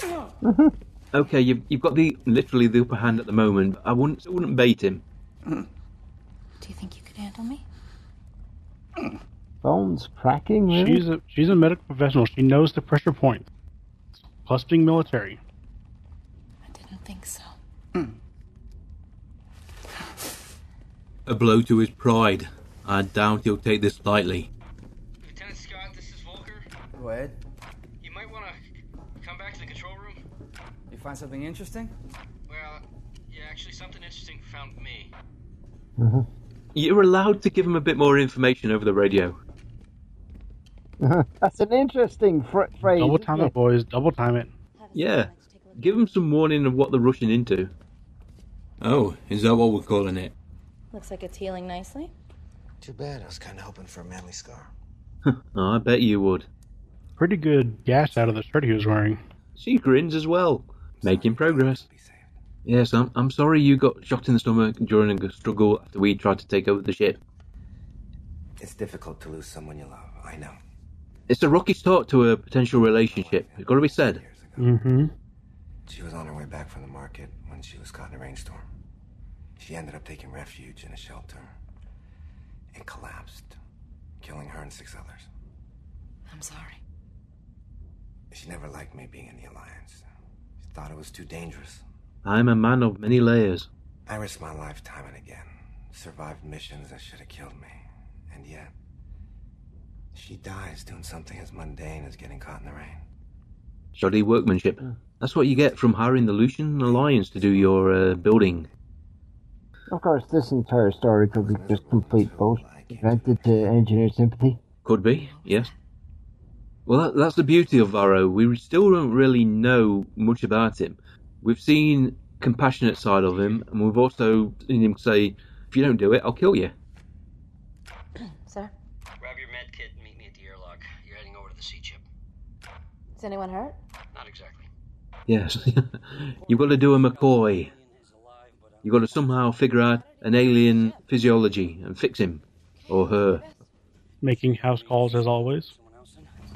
[SPEAKER 13] you?
[SPEAKER 10] okay, you've, you've got the literally the upper hand at the moment. I wouldn't I wouldn't bait him.
[SPEAKER 21] Do you think you could handle me?
[SPEAKER 8] Bones cracking, really?
[SPEAKER 9] She's a she's a medical professional. She knows the pressure point. Plus being military.
[SPEAKER 21] I don't think so.
[SPEAKER 1] A blow to his pride. I doubt he'll take this lightly.
[SPEAKER 22] Lieutenant Scott, this is Volker.
[SPEAKER 20] What?
[SPEAKER 22] You might want to come back to the control room.
[SPEAKER 20] You find something interesting?
[SPEAKER 22] Well, yeah, actually, something interesting found me.
[SPEAKER 10] You're allowed to give him a bit more information over the radio.
[SPEAKER 8] That's an interesting fr- phrase.
[SPEAKER 9] Double time it, boys. Double time it.
[SPEAKER 10] Yeah. Give him some warning of what they're rushing into.
[SPEAKER 1] Oh, is that what we're calling it?
[SPEAKER 21] Looks like it's healing nicely.
[SPEAKER 13] Too bad. I was kind of hoping for a manly scar.
[SPEAKER 10] Oh, I bet you would.
[SPEAKER 9] Pretty good gash out of the shirt he was wearing.
[SPEAKER 10] She grins as well, making progress. Yes, I'm, I'm sorry you got shot in the stomach during a struggle after we tried to take over the ship.
[SPEAKER 13] It's difficult to lose someone you love. I know.
[SPEAKER 10] It's a rocky start to a potential relationship. It's got to be said.
[SPEAKER 9] Mm-hmm.
[SPEAKER 13] She was on her way back from the market when she was caught in a rainstorm. She ended up taking refuge in a shelter. It collapsed, killing her and six others.
[SPEAKER 21] I'm sorry.
[SPEAKER 13] She never liked me being in the Alliance. She thought it was too dangerous.
[SPEAKER 10] I'm a man of many layers.
[SPEAKER 13] I risked my life time and again, survived missions that should have killed me, and yet. She dies doing something as mundane as getting caught in the rain.
[SPEAKER 10] Shoddy workmanship. That's what you get from hiring the Lucian Alliance to do your uh, building.
[SPEAKER 8] Of course, this entire story could be just complete bullshit invented to engineer sympathy.
[SPEAKER 10] Could be, yes. Well, that, that's the beauty of Varro. We still don't really know much about him. We've seen compassionate side of him, and we've also seen him say, "If you don't do it, I'll kill you."
[SPEAKER 21] Sir,
[SPEAKER 22] Grab your med kit and meet me at the airlock. You're heading over to the sea chip.
[SPEAKER 21] is anyone hurt?
[SPEAKER 22] Not exactly.
[SPEAKER 10] Yes, you've got to do a McCoy. You've got to somehow figure out an alien physiology and fix him or her.
[SPEAKER 9] Making house calls as always.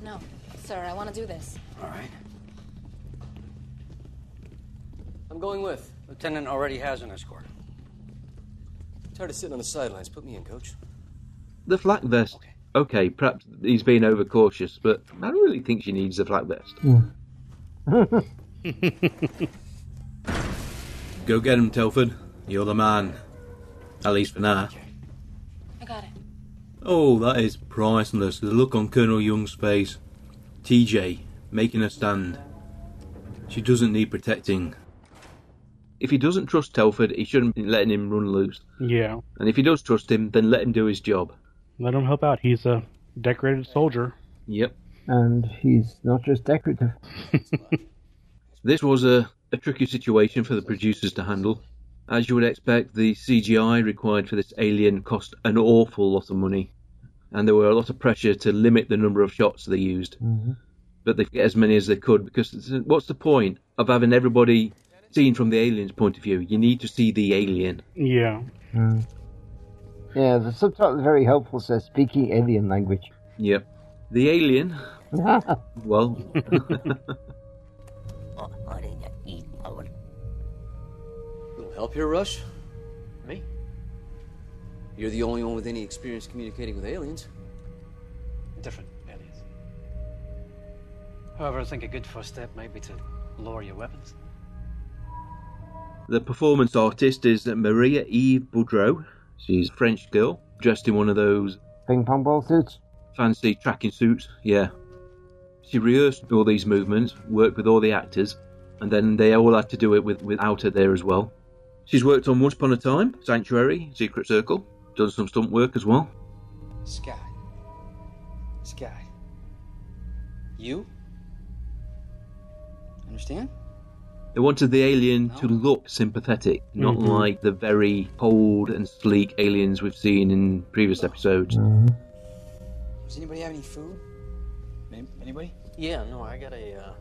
[SPEAKER 21] No, sir. I want to do this.
[SPEAKER 13] All right. I'm going with.
[SPEAKER 17] Lieutenant already has an escort.
[SPEAKER 13] Tired of sitting on the sidelines. Put me in, coach.
[SPEAKER 10] The flak vest. Okay. perhaps he's being overcautious, but I don't really think she needs the flak vest.
[SPEAKER 1] Go get him, Telford. You're the man. At least for now.
[SPEAKER 21] I got it.
[SPEAKER 1] Oh, that is priceless. The look on Colonel Young's face. TJ, making a stand. She doesn't need protecting.
[SPEAKER 10] If he doesn't trust Telford, he shouldn't be letting him run loose.
[SPEAKER 9] Yeah.
[SPEAKER 10] And if he does trust him, then let him do his job.
[SPEAKER 9] Let him help out. He's a decorated soldier.
[SPEAKER 10] Yep.
[SPEAKER 8] And he's not just decorative.
[SPEAKER 10] This was a, a tricky situation for the producers to handle. As you would expect, the CGI required for this alien cost an awful lot of money, and there were a lot of pressure to limit the number of shots they used.
[SPEAKER 8] Mhm.
[SPEAKER 10] But they get as many as they could because it's- what's the point of having everybody seen from the alien's point of view? You need to see the alien.
[SPEAKER 9] Yeah.
[SPEAKER 8] Yeah, the subtitle is very helpful. Says speaking alien language.
[SPEAKER 10] Yep. The alien, well,
[SPEAKER 2] Little help here, Rush? Me? You're the only one with any experience communicating with aliens.
[SPEAKER 14] Different aliens. However, I think a good first step might be to lower your weapons.
[SPEAKER 10] the performance artist is Maria Eve Boudreau. She's a French girl dressed in one of those
[SPEAKER 8] Ping pong ball suits.
[SPEAKER 10] fancy tracking suits. Yeah. She rehearsed all these movements, worked with all the actors, and then they all had to do it with, without her there as well. She's worked on Once Upon a Time, Sanctuary, Secret Circle, done some stunt work as well.
[SPEAKER 2] Sky. Sky. You?
[SPEAKER 20] Understand?
[SPEAKER 10] They wanted the alien to look sympathetic, not
[SPEAKER 8] Mm-hmm.
[SPEAKER 2] Mhm.
[SPEAKER 10] like the very cold and sleek aliens we've seen in previous episodes.
[SPEAKER 20] Does anybody have any food? Any- Anybody?
[SPEAKER 17] Yeah, no, I got a uh,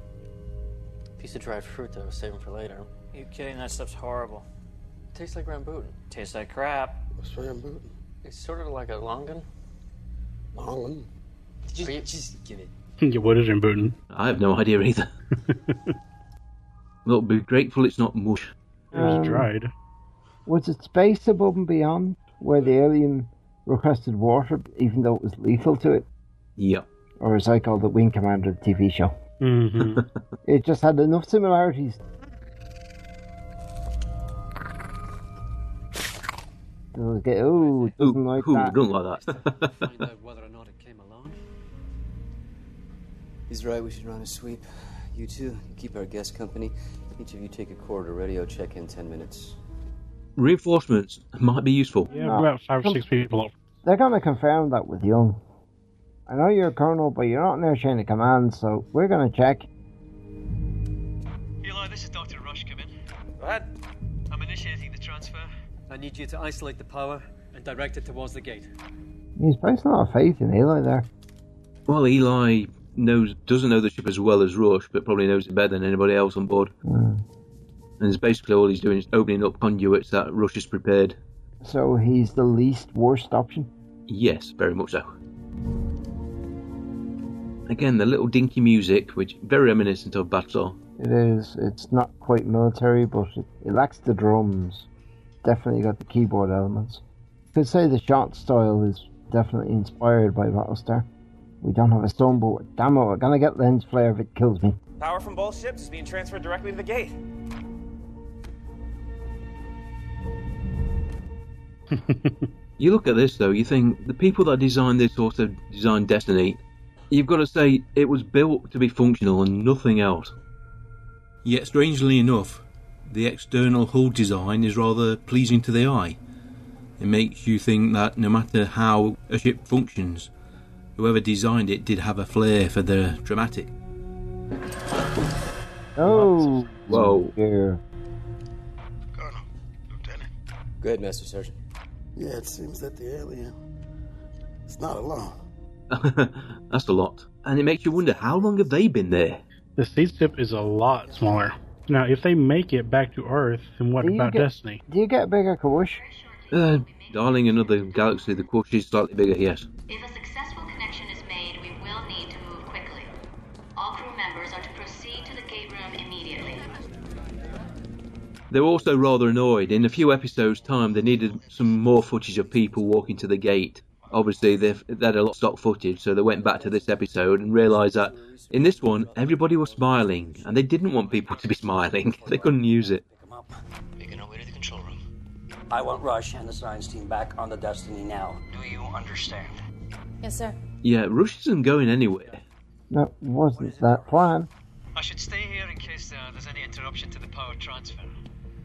[SPEAKER 17] piece of dried fruit that I was saving for later.
[SPEAKER 16] you kidding? That stuff's horrible.
[SPEAKER 17] Tastes like rambutan.
[SPEAKER 16] Tastes like crap.
[SPEAKER 2] What's rambutan?
[SPEAKER 17] It's sort of like a longan.
[SPEAKER 2] Longan?
[SPEAKER 17] Did you just
[SPEAKER 2] get it?
[SPEAKER 9] yeah, what is Rambutan?
[SPEAKER 10] I have no idea either. Look, be grateful it's not mush.
[SPEAKER 9] It was
[SPEAKER 8] Um,
[SPEAKER 9] dried.
[SPEAKER 8] Was it Space Above and Beyond where the alien requested water, even though it was lethal to it?
[SPEAKER 10] Yep.
[SPEAKER 8] Or as I call the Wing Commander of the TV show.
[SPEAKER 9] Mm-hmm.
[SPEAKER 8] It just had enough similarities. Oh, it doesn't like
[SPEAKER 10] Ooh,
[SPEAKER 8] that.
[SPEAKER 10] don't like that.
[SPEAKER 14] Find out whether or not it came along.
[SPEAKER 2] He's right, we should run a sweep. You two, keep our guests company. Each of you take a corridor radio check in 10 minutes.
[SPEAKER 10] Reinforcements might be useful.
[SPEAKER 9] Yeah, about five or six people.
[SPEAKER 8] They're gonna confirm that with Young. I know you're a colonel, but you're not in their chain of command, so we're gonna check.
[SPEAKER 14] Eli, this is Dr. Rush. Come in. Go ahead. I'm initiating the transfer. I need you to isolate the power and direct it towards the gate.
[SPEAKER 8] He's placing a lot of faith in Eli there.
[SPEAKER 10] Well, Eli knows doesn't know the ship as well as Rush, but probably knows it better than anybody else on board. And it's basically all he's doing is opening up conduits that Rush has prepared.
[SPEAKER 8] So he's the least worst option.
[SPEAKER 10] Yes, very much so. Again, the little dinky music, which very reminiscent of Battle.
[SPEAKER 8] It is. It's not quite military, but it, it lacks the drums. Definitely got the keyboard elements. Could say the shot style is definitely inspired by Battlestar. We don't have a stone, but damn it, we're gonna get lens flare if it kills me.
[SPEAKER 18] Power from both ships is being transferred directly to the gate.
[SPEAKER 10] You look at this though, you think the people that designed this sort of design Destiny, you've got to say it was built to be functional and nothing else.
[SPEAKER 1] Yet, strangely enough, the external hull design is rather pleasing to the eye. It makes you think that no matter how a ship functions, whoever designed it did have a flair for the dramatic.
[SPEAKER 8] Oh,
[SPEAKER 10] whoa,
[SPEAKER 8] yeah.
[SPEAKER 2] Go ahead, Master Sergeant.
[SPEAKER 6] Yeah, it seems that the alien is not alone.
[SPEAKER 10] That's a lot. And it makes you wonder how long have they been there?
[SPEAKER 9] The sea ship is a lot smaller. Now, if they make it back to Earth, then what
[SPEAKER 8] Do you
[SPEAKER 9] about
[SPEAKER 8] get-
[SPEAKER 9] Destiny?
[SPEAKER 8] Do you get bigger, Kawush?
[SPEAKER 10] Uh, darling, another galaxy, the quarter is slightly bigger, yes.
[SPEAKER 3] If a successful connection is made, we will need to move quickly. All crew members are to proceed to the gate room immediately.
[SPEAKER 10] They were also rather annoyed. In a few episodes' time, they needed some more footage of people walking to the gate. obviously they they had a lot of stock footage, so they went back to this episode and realised that in this one everybody was smiling, and they didn't want people to be smiling. They couldn't use it.
[SPEAKER 22] Making our way to the control room.
[SPEAKER 20] I want Rush and the science team back on the Destiny now.
[SPEAKER 22] Do you understand?
[SPEAKER 21] Yes, sir.
[SPEAKER 10] Yeah, Rush isn't going anywhere.
[SPEAKER 8] That wasn't that plan.
[SPEAKER 22] I should stay here in case uh, there's any interruption to the power transfer.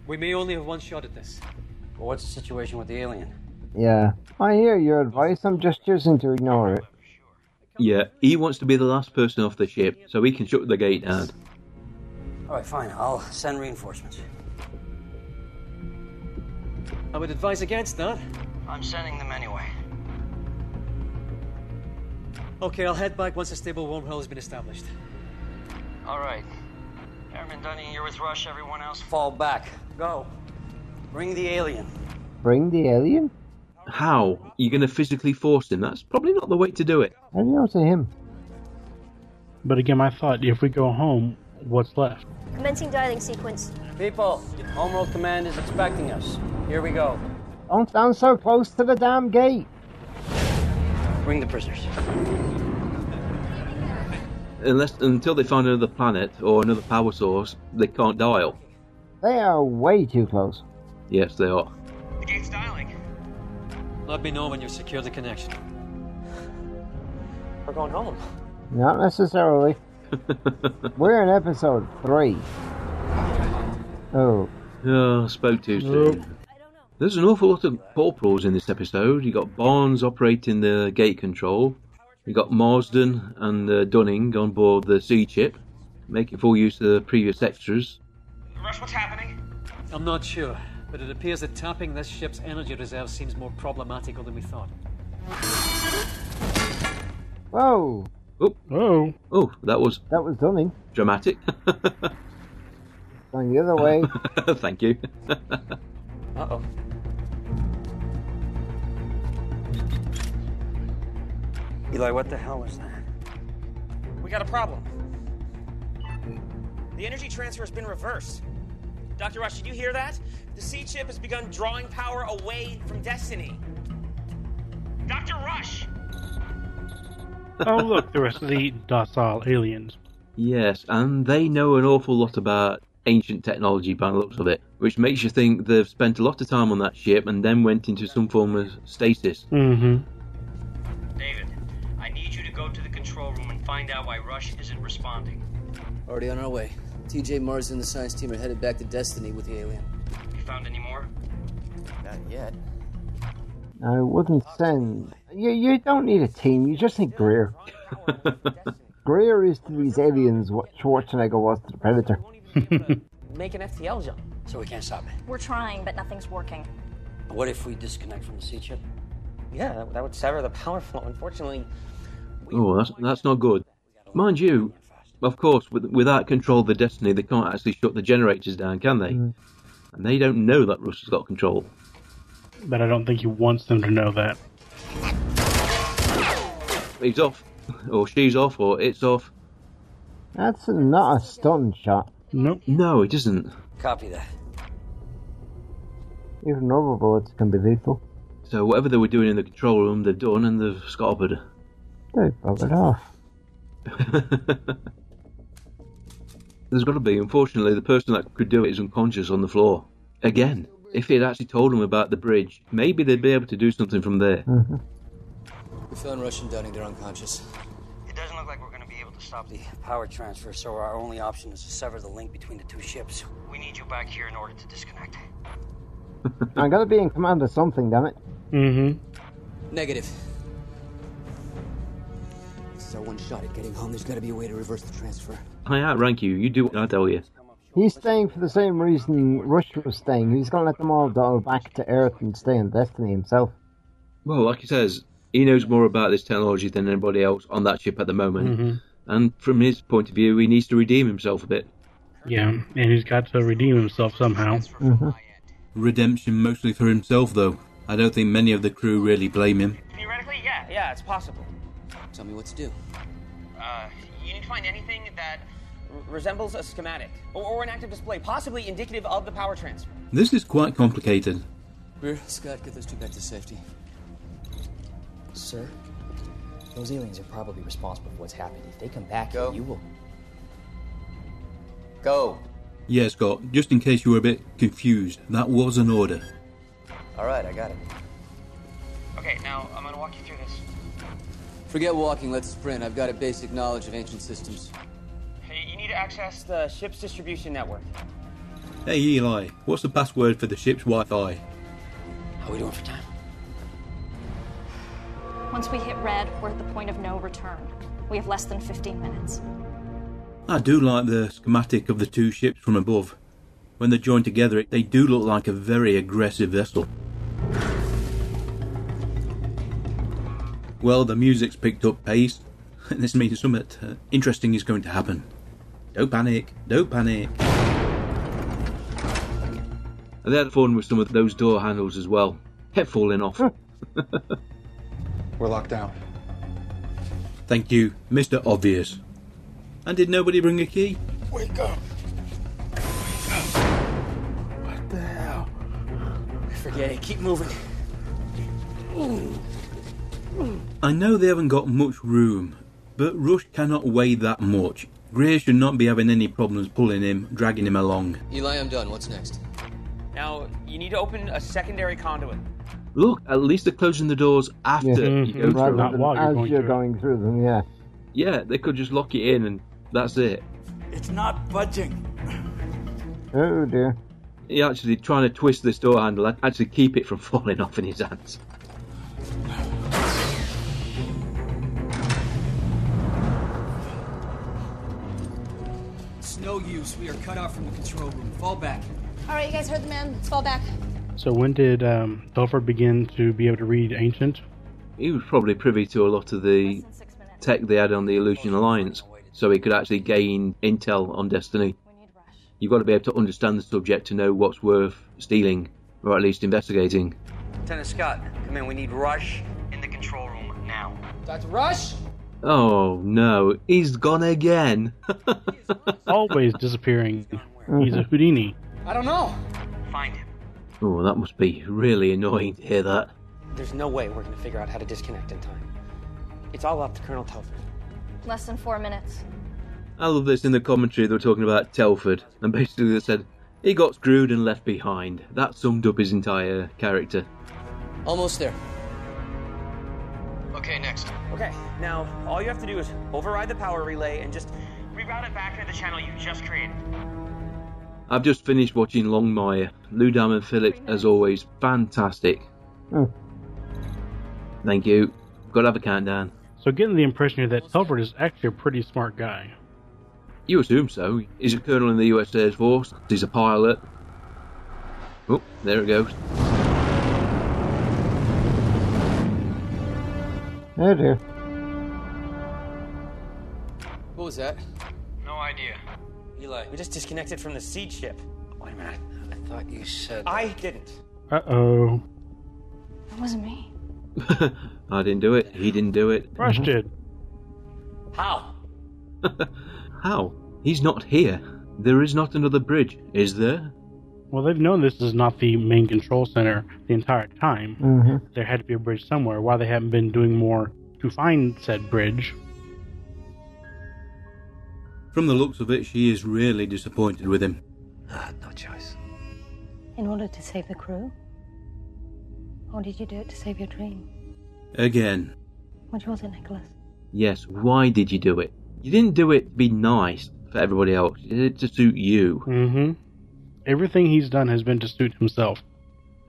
[SPEAKER 14] We may only have one shot at this.
[SPEAKER 20] Well, what's the situation with the alien?
[SPEAKER 8] Yeah. I hear your advice, I'm just choosing to ignore it.
[SPEAKER 10] Yeah, he wants to be the last person off the ship, so he can shut the gate down.
[SPEAKER 20] All right, fine. I'll send reinforcements.
[SPEAKER 14] I would advise against that.
[SPEAKER 22] I'm sending them anyway.
[SPEAKER 14] Okay, I'll head back once a stable wormhole has been established.
[SPEAKER 22] All right. Airman Dunning, you're with Rush. Everyone else,
[SPEAKER 20] fall back. Go. Bring the alien.
[SPEAKER 8] Bring the alien?
[SPEAKER 10] How? You're going to physically force him? That's probably not the way to do it.
[SPEAKER 8] I don't know to him.
[SPEAKER 9] But again, my thought: if we go home, what's left?
[SPEAKER 5] Commencing dialing sequence.
[SPEAKER 20] People, Homeworld Command is expecting us. Here we go.
[SPEAKER 8] Don't stand so close to the damn gate.
[SPEAKER 20] Bring the prisoners.
[SPEAKER 10] Unless until they find another planet or another power source, they can't dial.
[SPEAKER 8] They are way too close.
[SPEAKER 10] Yes, they are.
[SPEAKER 22] the gate's dialing.
[SPEAKER 14] Let me know when you secure the connection.
[SPEAKER 18] We're going home.
[SPEAKER 8] Not necessarily. We're in episode three. Oh,
[SPEAKER 10] Oh, spoke too soon. There's an awful lot of corporals in this episode. You got Barnes operating the gate control. You got Marsden and uh, Dunning on board the sea ship, making full use of the previous extras.
[SPEAKER 14] Rush, what's happening? I'm not sure, but it appears that tapping this ship's energy reserve seems more problematical than we thought.
[SPEAKER 8] whoa!
[SPEAKER 10] Oh,
[SPEAKER 9] oh,
[SPEAKER 10] oh! That was
[SPEAKER 8] that was Dunning.
[SPEAKER 10] dramatic.
[SPEAKER 8] Going the other way.
[SPEAKER 10] Thank you.
[SPEAKER 14] Uh oh.
[SPEAKER 20] Eli, what the hell was that?
[SPEAKER 18] We got a problem. The energy transfer has been reversed. Dr. Rush, did you hear that? The sea chip has begun drawing power away from Destiny. Dr. Rush!
[SPEAKER 9] oh, look, there was the docile aliens.
[SPEAKER 10] Yes, and they know an awful lot about ancient technology by the looks of it, which makes you think they've spent a lot of time on that ship and then went into some form of stasis.
[SPEAKER 9] Mm-hmm.
[SPEAKER 22] David, I need you to go to the control room and find out why Rush isn't responding.
[SPEAKER 2] Already on our way. TJ Mars and the science team are headed back to Destiny with the alien.
[SPEAKER 22] You found any more?
[SPEAKER 14] Not yet.
[SPEAKER 8] I wouldn't send. You, you don't need a team, you just need Greer. Greer is to these aliens what Schwarzenegger was to the Predator.
[SPEAKER 18] Make an FTL jump.
[SPEAKER 20] So we can't stop it.
[SPEAKER 5] We're trying, but nothing's working.
[SPEAKER 20] What if we disconnect from the sea chip?
[SPEAKER 18] Yeah, that- that would sever the power flow. Unfortunately,
[SPEAKER 10] Oh, that's, that's not good. Mind you, of course, with, without control of the Destiny, they can't actually shut the generators down, can they? And they don't know that Russia's got control.
[SPEAKER 9] But I don't think he wants them to know that.
[SPEAKER 10] He's off, or she's off, or it's off.
[SPEAKER 8] That's not a stun shot.
[SPEAKER 9] Nope.
[SPEAKER 10] No, it isn't.
[SPEAKER 20] Copy that.
[SPEAKER 8] Even rubber bullets can be lethal.
[SPEAKER 10] So whatever they were doing in the control room, they've done and they've scuppered.
[SPEAKER 8] They buggered off.
[SPEAKER 10] There's got to be. Unfortunately, the person that could do it is unconscious on the floor. Again, if he'd actually told them about the bridge, maybe they'd be able to do something from there.
[SPEAKER 2] We found Rush and Dunning. They're unconscious.
[SPEAKER 20] It doesn't look like we're going to be able to stop the power transfer, so our only option is to sever the link between the two ships.
[SPEAKER 22] We need you back here in order to disconnect.
[SPEAKER 8] I gotta be in command of something, damn it.
[SPEAKER 9] Mm-hmm.
[SPEAKER 14] Negative. This is our one shot at getting home. There's got to be a way to reverse the transfer.
[SPEAKER 10] I outrank you. You do what I tell you.
[SPEAKER 8] He's staying for the same reason Rush was staying. He's gonna let them all dial back to Earth and stay in Destiny himself.
[SPEAKER 10] Well, like he says, he knows more about this technology than anybody else on that ship at the moment.
[SPEAKER 9] Mhm.
[SPEAKER 10] And from his point of view, he needs to redeem himself a bit.
[SPEAKER 9] Yeah, and he's got to redeem himself somehow.
[SPEAKER 1] Redemption mostly for himself, though. I don't think many of the crew really blame him.
[SPEAKER 18] theoretically, yeah, yeah, it's possible.
[SPEAKER 2] Tell me what to do.
[SPEAKER 18] Uh, you need to find anything that r- resembles a schematic or, or an active display, possibly indicative of the power transfer.
[SPEAKER 1] This is quite complicated.
[SPEAKER 2] Greer, Scott, get those two back to safety.
[SPEAKER 4] Sir, those aliens are probably responsible for what's happened. If they come back here, you will.
[SPEAKER 12] Go.
[SPEAKER 1] Yeah, Scott, just in case you were a bit confused, that was an order.
[SPEAKER 12] All right, I got it.
[SPEAKER 22] Okay, now I'm gonna walk you through this.
[SPEAKER 2] Forget walking, let's sprint. I've got a basic knowledge of ancient systems.
[SPEAKER 22] Hey, you need to access the ship's distribution network.
[SPEAKER 1] Hey, Eli, what's the password for the ship's Wi Fi?
[SPEAKER 2] How we doing for time?
[SPEAKER 5] Once we hit red, we're at the point of no return. We have less than 15 minutes.
[SPEAKER 1] I do like the schematic of the two ships from above. When they're joined together, they do look like a very aggressive vessel. Well, the music's picked up pace. This means something uh, interesting is going to happen. Don't panic, don't panic.
[SPEAKER 10] And they had fun with some of those door handles as well. Head falling off.
[SPEAKER 1] We're locked down. Thank you, Mr. Obvious. And did nobody bring a key?
[SPEAKER 6] Wake up. What the hell?
[SPEAKER 18] Forget it. Keep moving.
[SPEAKER 1] I know they haven't got much room, but Rush cannot weigh that much. Greer should not be having any problems pulling him, dragging him along.
[SPEAKER 2] Eli, I'm done. What's next?
[SPEAKER 22] Now, you need to open a secondary conduit.
[SPEAKER 10] Look, at least they're closing the doors after you go
[SPEAKER 8] Rather
[SPEAKER 10] through.
[SPEAKER 8] than as you're going through them, yeah.
[SPEAKER 10] Yeah, they could just lock it in and that's it.
[SPEAKER 20] It's not budging.
[SPEAKER 8] Oh dear.
[SPEAKER 10] He actually trying to twist this door handle, I'd actually keep it from falling off in his hands.
[SPEAKER 20] It's no use. We are cut off from the control room. Fall back.
[SPEAKER 21] All right, you guys heard the man. Let's fall back.
[SPEAKER 9] So when did um, Telford begin to be able to read ancient?
[SPEAKER 10] He was probably privy to a lot of the tech they had on the Illusion Alliance, so he could actually gain intel on Destiny. You've got to be able to understand the subject to know what's worth stealing, or at least investigating.
[SPEAKER 22] Lieutenant Scott, come in. We need Rush in the control room now.
[SPEAKER 20] Dr. Rush?
[SPEAKER 10] Oh no, he's gone again.
[SPEAKER 9] Always disappearing. He's a Houdini.
[SPEAKER 20] I don't know.
[SPEAKER 22] Find him.
[SPEAKER 10] Oh, that must be really annoying to hear that.
[SPEAKER 22] There's no way we're gonna figure out how to disconnect in time. It's all up to Colonel Telford.
[SPEAKER 5] Less than four minutes.
[SPEAKER 10] I love this in the commentary they were talking about Telford, and basically they said he got screwed and left behind. That summed up his entire character.
[SPEAKER 2] Almost there.
[SPEAKER 22] Okay, next. Okay, now all you have to do is override the power relay and just reroute it back to the channel you just created.
[SPEAKER 10] I've just finished watching Longmire. Lou Dam and Phillips, as always, fantastic.
[SPEAKER 8] Hmm.
[SPEAKER 10] Thank you. Got to have a countdown.
[SPEAKER 9] So getting the impression here that Telford is actually a pretty smart guy.
[SPEAKER 10] You assume so. He's a colonel in the US Air Force. He's a pilot. Oh, there it goes.
[SPEAKER 8] Oh dear.
[SPEAKER 22] What was that? No idea. Eli.
[SPEAKER 18] We just disconnected from the seed ship. Wait a minute.
[SPEAKER 22] I thought you said.
[SPEAKER 18] I didn't.
[SPEAKER 9] Uh oh.
[SPEAKER 15] That wasn't me.
[SPEAKER 10] I didn't do it. He didn't do it.
[SPEAKER 9] Rush did.
[SPEAKER 18] How?
[SPEAKER 10] How? He's not here. There is not another bridge, is there?
[SPEAKER 9] Well, they've known this is not the main control center the entire time.
[SPEAKER 8] Mhm.
[SPEAKER 9] There had to be a bridge somewhere. Why they haven't been doing more to find said bridge?
[SPEAKER 1] From the looks of it, she is really disappointed with him.
[SPEAKER 22] Ah, no choice.
[SPEAKER 7] In order to save the crew? Or did you do it to save your dream?
[SPEAKER 1] Again.
[SPEAKER 7] What was it, Nicholas?
[SPEAKER 10] Yes, why did you do it? You didn't do it to be nice for everybody else. You did it to suit you.
[SPEAKER 9] Mm-hmm. Everything he's done has been to suit himself.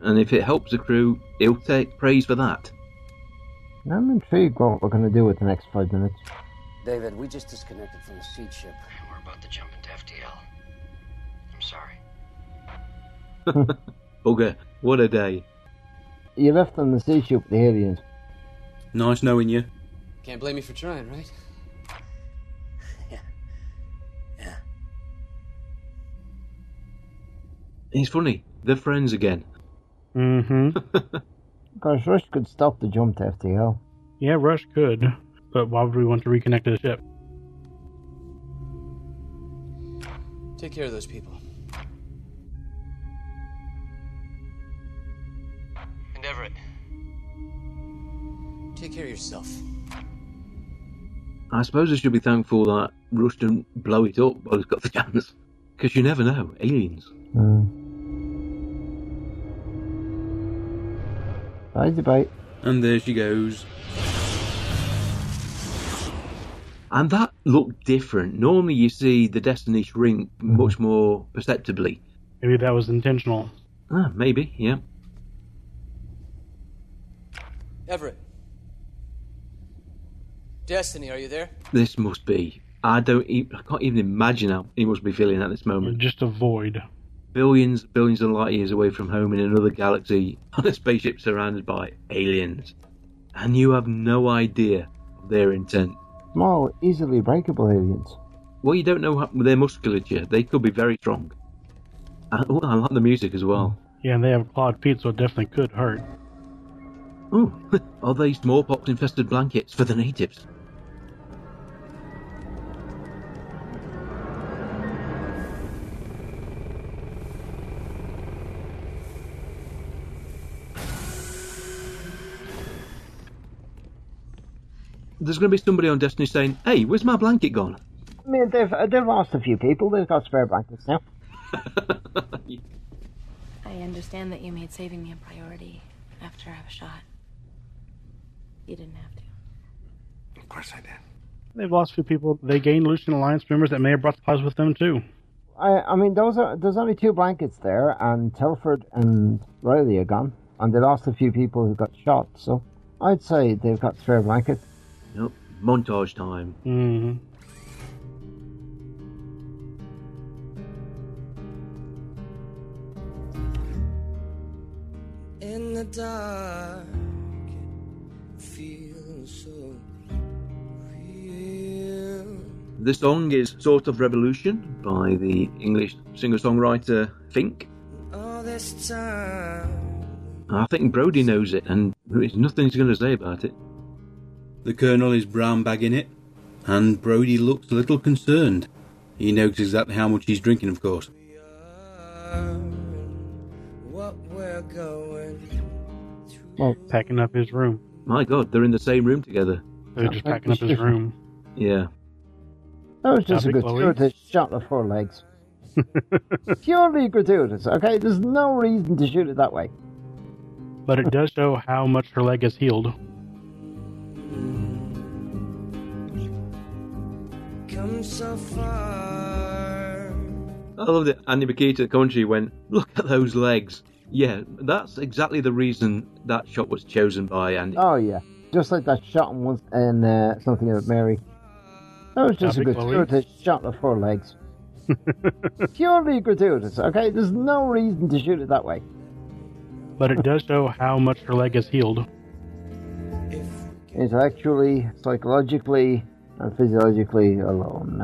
[SPEAKER 10] And if it helps the crew, he'll take praise for that.
[SPEAKER 8] I'm intrigued what we're going to do with the next five minutes.
[SPEAKER 20] David, we just disconnected from the seed ship.
[SPEAKER 22] We're about to jump into FTL. I'm sorry.
[SPEAKER 10] Bugger, what a day.
[SPEAKER 8] You left on the sea ship with the aliens.
[SPEAKER 1] Nice knowing you.
[SPEAKER 2] Can't blame me for trying, right?
[SPEAKER 10] He's funny. They're friends again.
[SPEAKER 9] Mm-hmm.
[SPEAKER 8] Because Rush could stop the jump to FTL.
[SPEAKER 9] Yeah, Rush could, but why would we want to reconnect to the ship?
[SPEAKER 2] Take care of those people.
[SPEAKER 22] And Everett.
[SPEAKER 2] Take care of yourself.
[SPEAKER 10] I suppose I should be thankful that Rush didn't blow it up while he's got the chance. Because you never know, aliens.
[SPEAKER 8] Hmm. I debate.
[SPEAKER 10] And there she goes. And that looked different. Normally you see the Destiny shrink much more perceptibly.
[SPEAKER 9] Maybe that was intentional.
[SPEAKER 10] Ah, maybe, yeah.
[SPEAKER 2] Everett. Destiny, are you there?
[SPEAKER 10] This must be. I don't. E- I can't even imagine how he must be feeling at this moment.
[SPEAKER 9] Just a void.
[SPEAKER 10] Mm. Billions, billions of light years away from home in another galaxy, on a spaceship surrounded by aliens, and you have no idea of their intent.
[SPEAKER 8] Small, easily breakable aliens.
[SPEAKER 10] Well, you don't know how, their musculature. They could be very strong. I, oh, I like the music as well.
[SPEAKER 9] Yeah, and they have clawed feet, so it definitely could hurt.
[SPEAKER 10] Oh, are they smallpox infested blankets for the natives? There's going to be somebody on Destiny saying, "Hey, where's my blanket gone?"
[SPEAKER 8] I mean, they've they've lost a few people. They've got spare blankets now.
[SPEAKER 11] I understand that you made saving me a priority after I was shot. You didn't have to.
[SPEAKER 13] Of course I did.
[SPEAKER 9] They've lost a few people. They gained Lucian Alliance members that may have brought supplies with them too.
[SPEAKER 8] I I mean, those are there's only two blankets there, and Telford and Riley are gone, and they lost a few people who got shot. So I'd say they've got spare blankets.
[SPEAKER 10] Nope. Montage time.
[SPEAKER 9] Mm-hmm.
[SPEAKER 19] In the dark, it feels so real.
[SPEAKER 10] The song is "Sort of Revolution" by the English singer-songwriter Fink.
[SPEAKER 19] All this time,
[SPEAKER 10] I think Brody knows it, and there's nothing he's going to say about it.
[SPEAKER 1] The colonel is brown bagging it, and Brody looks a little concerned. He knows exactly how much he's drinking, of course.
[SPEAKER 19] what we're going.
[SPEAKER 9] Well, packing up his room.
[SPEAKER 10] My God, they're in the same room together.
[SPEAKER 9] They're just packing up his room.
[SPEAKER 10] Yeah.
[SPEAKER 8] That was just
[SPEAKER 9] Topic,
[SPEAKER 8] a
[SPEAKER 9] Chloe?
[SPEAKER 8] gratuitous shot with four legs. Purely gratuitous, okay? There's no reason to shoot it that way.
[SPEAKER 9] But it does show how much her leg is healed.
[SPEAKER 19] Come so far.
[SPEAKER 10] I love that Andy McKee to the commentary went, Look at those legs. Yeah, that's exactly the reason that shot was chosen by Andy.
[SPEAKER 8] Oh, yeah. Just like that shot in, one, in uh, Something About Mary. That was just
[SPEAKER 10] Topic,
[SPEAKER 8] a
[SPEAKER 10] Chloe?
[SPEAKER 8] gratuitous shot with four legs. Purely gratuitous, okay? There's no reason to shoot it that way.
[SPEAKER 9] But it does show how much her leg is healed.
[SPEAKER 8] Intellectually, psychologically, and physiologically alone.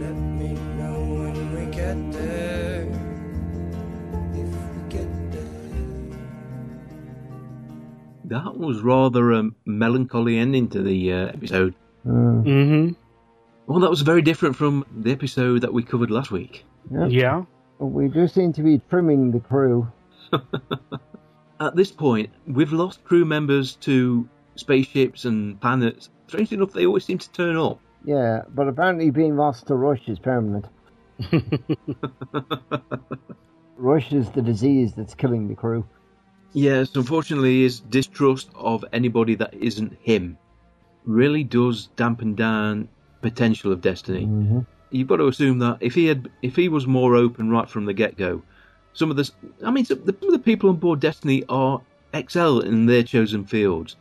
[SPEAKER 19] Let me know when we get there. If we get there.
[SPEAKER 10] That was rather a melancholy ending to the uh, episode.
[SPEAKER 9] Mm-hmm.
[SPEAKER 10] Well, that was very different from the episode that we covered last week.
[SPEAKER 9] Yeah.
[SPEAKER 8] We do seem to be trimming the crew.
[SPEAKER 10] At this point, we've lost crew members to spaceships and planets. Strangely enough, they always seem to turn up.
[SPEAKER 8] Yeah, but apparently being lost to Rush is permanent. Rush is the disease that's killing the crew.
[SPEAKER 10] Yes, unfortunately, his distrust of anybody that isn't him really does dampen down potential of destiny. You've got to assume that if he had, if he was more open right from the get go, some of the, s- I mean, some, the, some of the people on board Destiny are excel in their chosen fields.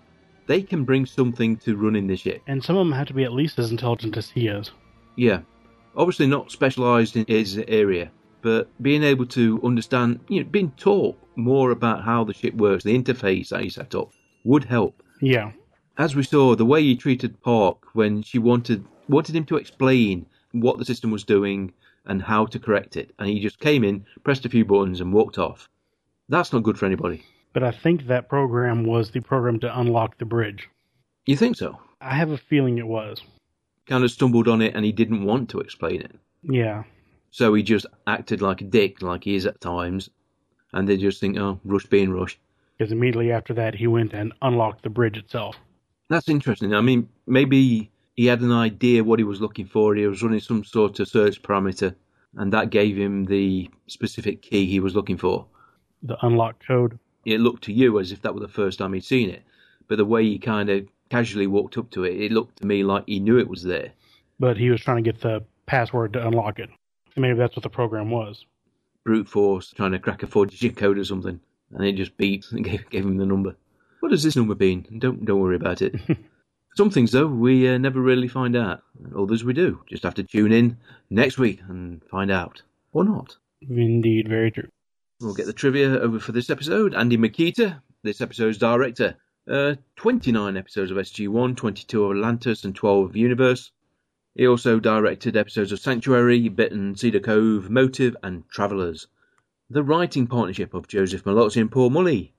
[SPEAKER 10] They can bring something to running the ship.
[SPEAKER 9] And some of them have to be at least as intelligent as he is.
[SPEAKER 10] Yeah, obviously not specialised in his area, but being able to understand, you know, being taught more about how the ship works, the interface that he set up, would help.
[SPEAKER 9] Yeah.
[SPEAKER 10] As we saw, the way he treated Park when she wanted wanted him to explain what the system was doing and how to correct it, and he just came in, pressed a few buttons, and walked off. That's not good for anybody.
[SPEAKER 9] But I think that program was the program to unlock the bridge.
[SPEAKER 10] You think so?
[SPEAKER 9] I have a feeling it was.
[SPEAKER 10] Kind of stumbled on it, and he didn't want to explain it.
[SPEAKER 9] Yeah.
[SPEAKER 10] So he just acted like a dick, like he is at times, and they just think, oh, rush being rush.
[SPEAKER 9] because immediately after that he went and unlocked the bridge itself.
[SPEAKER 10] That's interesting. I mean, maybe he had an idea what he was looking for. He was running some sort of search parameter, and that gave him the specific key he was looking for.
[SPEAKER 9] The unlock code.
[SPEAKER 10] It looked to you as if that were the first time he'd seen it, but the way he kind of casually walked up to it, it looked to me like he knew it was there.
[SPEAKER 9] But he was trying to get the password to unlock it. And maybe that's what the program was.
[SPEAKER 10] Brute force, trying to crack a four-digit code or something, and it just beeped and gave, gave him the number. What has this number been? Don't don't worry about it. Some things though we uh, never really find out. Others we do. Just have to tune in next week and find out, or not.
[SPEAKER 9] Indeed, very true.
[SPEAKER 10] We'll get the trivia over for this episode. Andy Makita, this episode's director. Uh, 29 episodes of SG1, 22 of Atlantis, and 12 of Universe. He also directed episodes of Sanctuary, Bitten, Cedar Cove, Motive, and Travellers. The writing partnership of Joseph Malozzi and Paul Mully.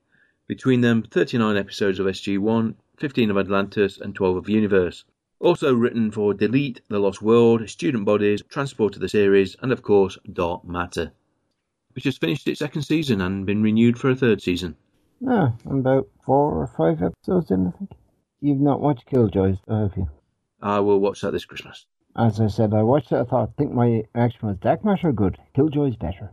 [SPEAKER 10] Between them, 39 episodes of SG1, 15 of Atlantis, and 12 of Universe. Also written for Delete, The Lost World, Student Bodies, Transport of the Series, and of course, Dark Matter. Which has finished its second season and been renewed for a third season.
[SPEAKER 8] No, Ah, I'm about four or five episodes in, I think. You've not watched Killjoys, though, have you?
[SPEAKER 10] I will watch that this Christmas.
[SPEAKER 8] As I said, I watched it, I thought, I think my action was Dark Matter good, Killjoy's better.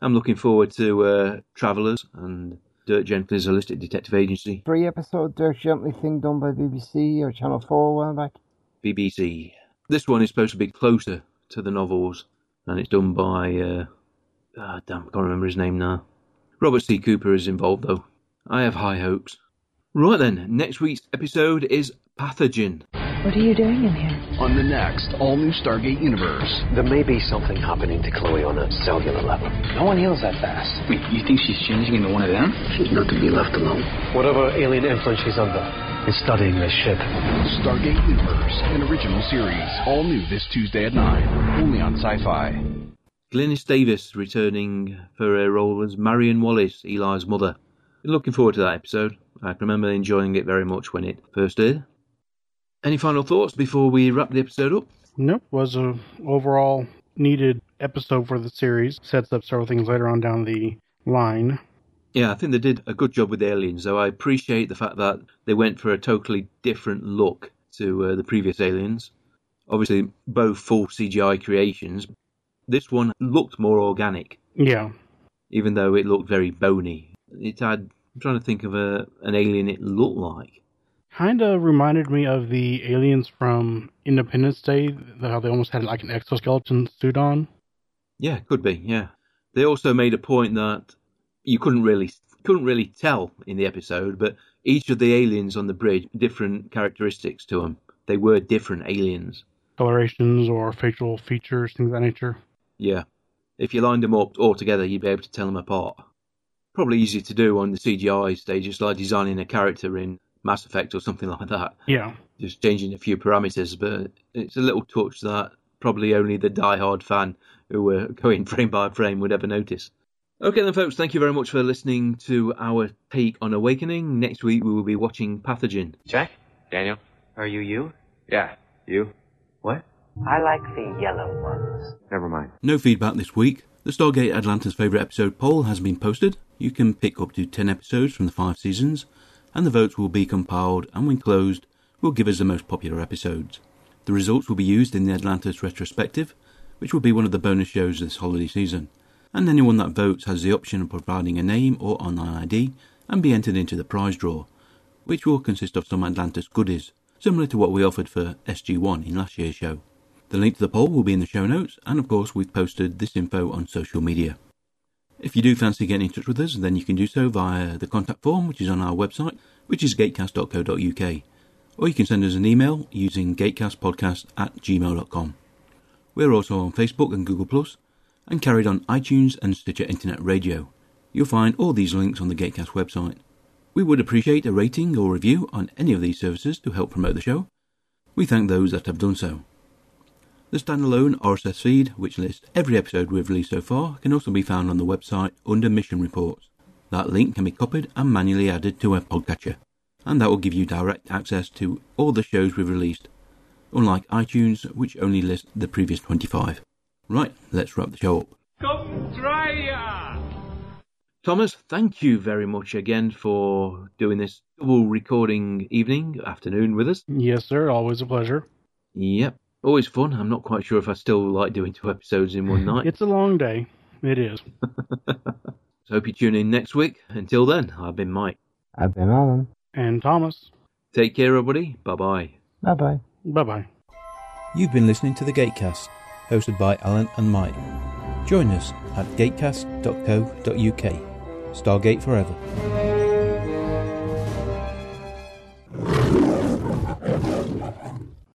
[SPEAKER 10] I'm looking forward to uh, Travellers and Dirk Gently's Holistic Detective Agency.
[SPEAKER 8] Three episode Dirk Gently thing done by BBC or Channel 4 a while back.
[SPEAKER 10] BBC. This one is supposed to be closer to the novels, and it's done by. Uh, ah, damn, I can't remember his name now. Robert C. Cooper is involved, though. I have high hopes. Right then, next week's episode is Pathogen.
[SPEAKER 7] What are you doing in here?
[SPEAKER 16] On the next all new Stargate universe.
[SPEAKER 17] There may be something happening to Chloe on a cellular level. No one heals that fast.
[SPEAKER 16] Wait, you think she's changing into one of them?
[SPEAKER 17] She's not to be left alone. Whatever alien influence she's under is studying this ship.
[SPEAKER 16] Stargate Universe, an original series. All new this Tuesday at 9, only on sci fi.
[SPEAKER 10] Glynis Davis returning for her role as Marion Wallace, Eli's mother. Looking forward to that episode. I can remember enjoying it very much when it first aired. Any final thoughts before we wrap the episode up?
[SPEAKER 9] Nope. Was a overall needed episode for the series. Sets up several things later on down the line.
[SPEAKER 10] Yeah, I think they did a good job with Aliens, though I appreciate the fact that they went for a totally different look to uh, the previous Aliens. Obviously, both full CGI creations. This one looked more organic,
[SPEAKER 9] Yeah.
[SPEAKER 10] even though it looked very bony. It had, I'm trying to think of a, an alien it looked like.
[SPEAKER 9] Kind of reminded me of the aliens from Independence Day, th- how they almost had like an exoskeleton suit on.
[SPEAKER 10] Yeah, could be. Yeah, they also made a point that you couldn't really couldn't really tell in the episode, but each of the aliens on the bridge different characteristics to them. They were different aliens.
[SPEAKER 9] Colorations or facial features, things of that nature.
[SPEAKER 10] Yeah, if you lined them up all together, you'd be able to tell them apart. Probably easy to do on the CGI stage, just like designing a character in Mass Effect or something like that.
[SPEAKER 9] Yeah.
[SPEAKER 10] Just changing a few parameters, but it's a little touch that probably only the die-hard fan who were going frame by frame would ever notice. Okay, then, folks, thank you very much for listening to our take on Awakening. Next week, we will be watching Pathogen.
[SPEAKER 17] Jack? Daniel? Are you you? Yeah, you. What?
[SPEAKER 23] I like the yellow ones.
[SPEAKER 17] Never mind.
[SPEAKER 1] No feedback this week. The Stargate Atlantis favourite episode poll has been posted. You can pick up to 10 episodes from the five seasons, and the votes will be compiled and, when closed, will give us the most popular episodes. The results will be used in the Atlantis retrospective, which will be one of the bonus shows this holiday season. And anyone that votes has the option of providing a name or online ID and be entered into the prize draw, which will consist of some Atlantis goodies, similar to what we offered for SG1 in last year's show. The link to the poll will be in the show notes, and of course, we've posted this info on social media. If you do fancy getting in touch with us, then you can do so via the contact form, which is on our website, which is gatecast.co.uk, or you can send us an email using gatecastpodcast at gmail.com. We're also on Facebook and Google, Plus, and carried on iTunes and Stitcher Internet Radio. You'll find all these links on the Gatecast website. We would appreciate a rating or review on any of these services to help promote the show. We thank those that have done so. The standalone RSS feed, which lists every episode we've released so far, can also be found on the website under Mission Reports. That link can be copied and manually added to a podcatcher, and that will give you direct access to all the shows we've released, unlike iTunes, which only lists the previous 25. Right, let's wrap the show up.
[SPEAKER 24] Come try ya!
[SPEAKER 10] Thomas, thank you very much again for doing this double recording evening, afternoon with us.
[SPEAKER 9] Yes, sir. Always a pleasure.
[SPEAKER 10] Yep. Always fun. I'm not quite sure if I still like doing two episodes in one night.
[SPEAKER 9] It's a long day. It is.
[SPEAKER 10] So hope you tune in next week. Until then, I've been Mike.
[SPEAKER 8] I've been Alan.
[SPEAKER 9] And Thomas.
[SPEAKER 10] Take care, everybody. Bye bye.
[SPEAKER 8] Bye bye.
[SPEAKER 9] Bye bye.
[SPEAKER 3] You've been listening to The Gatecast, hosted by Alan and Mike. Join us at gatecast.co.uk. Stargate forever.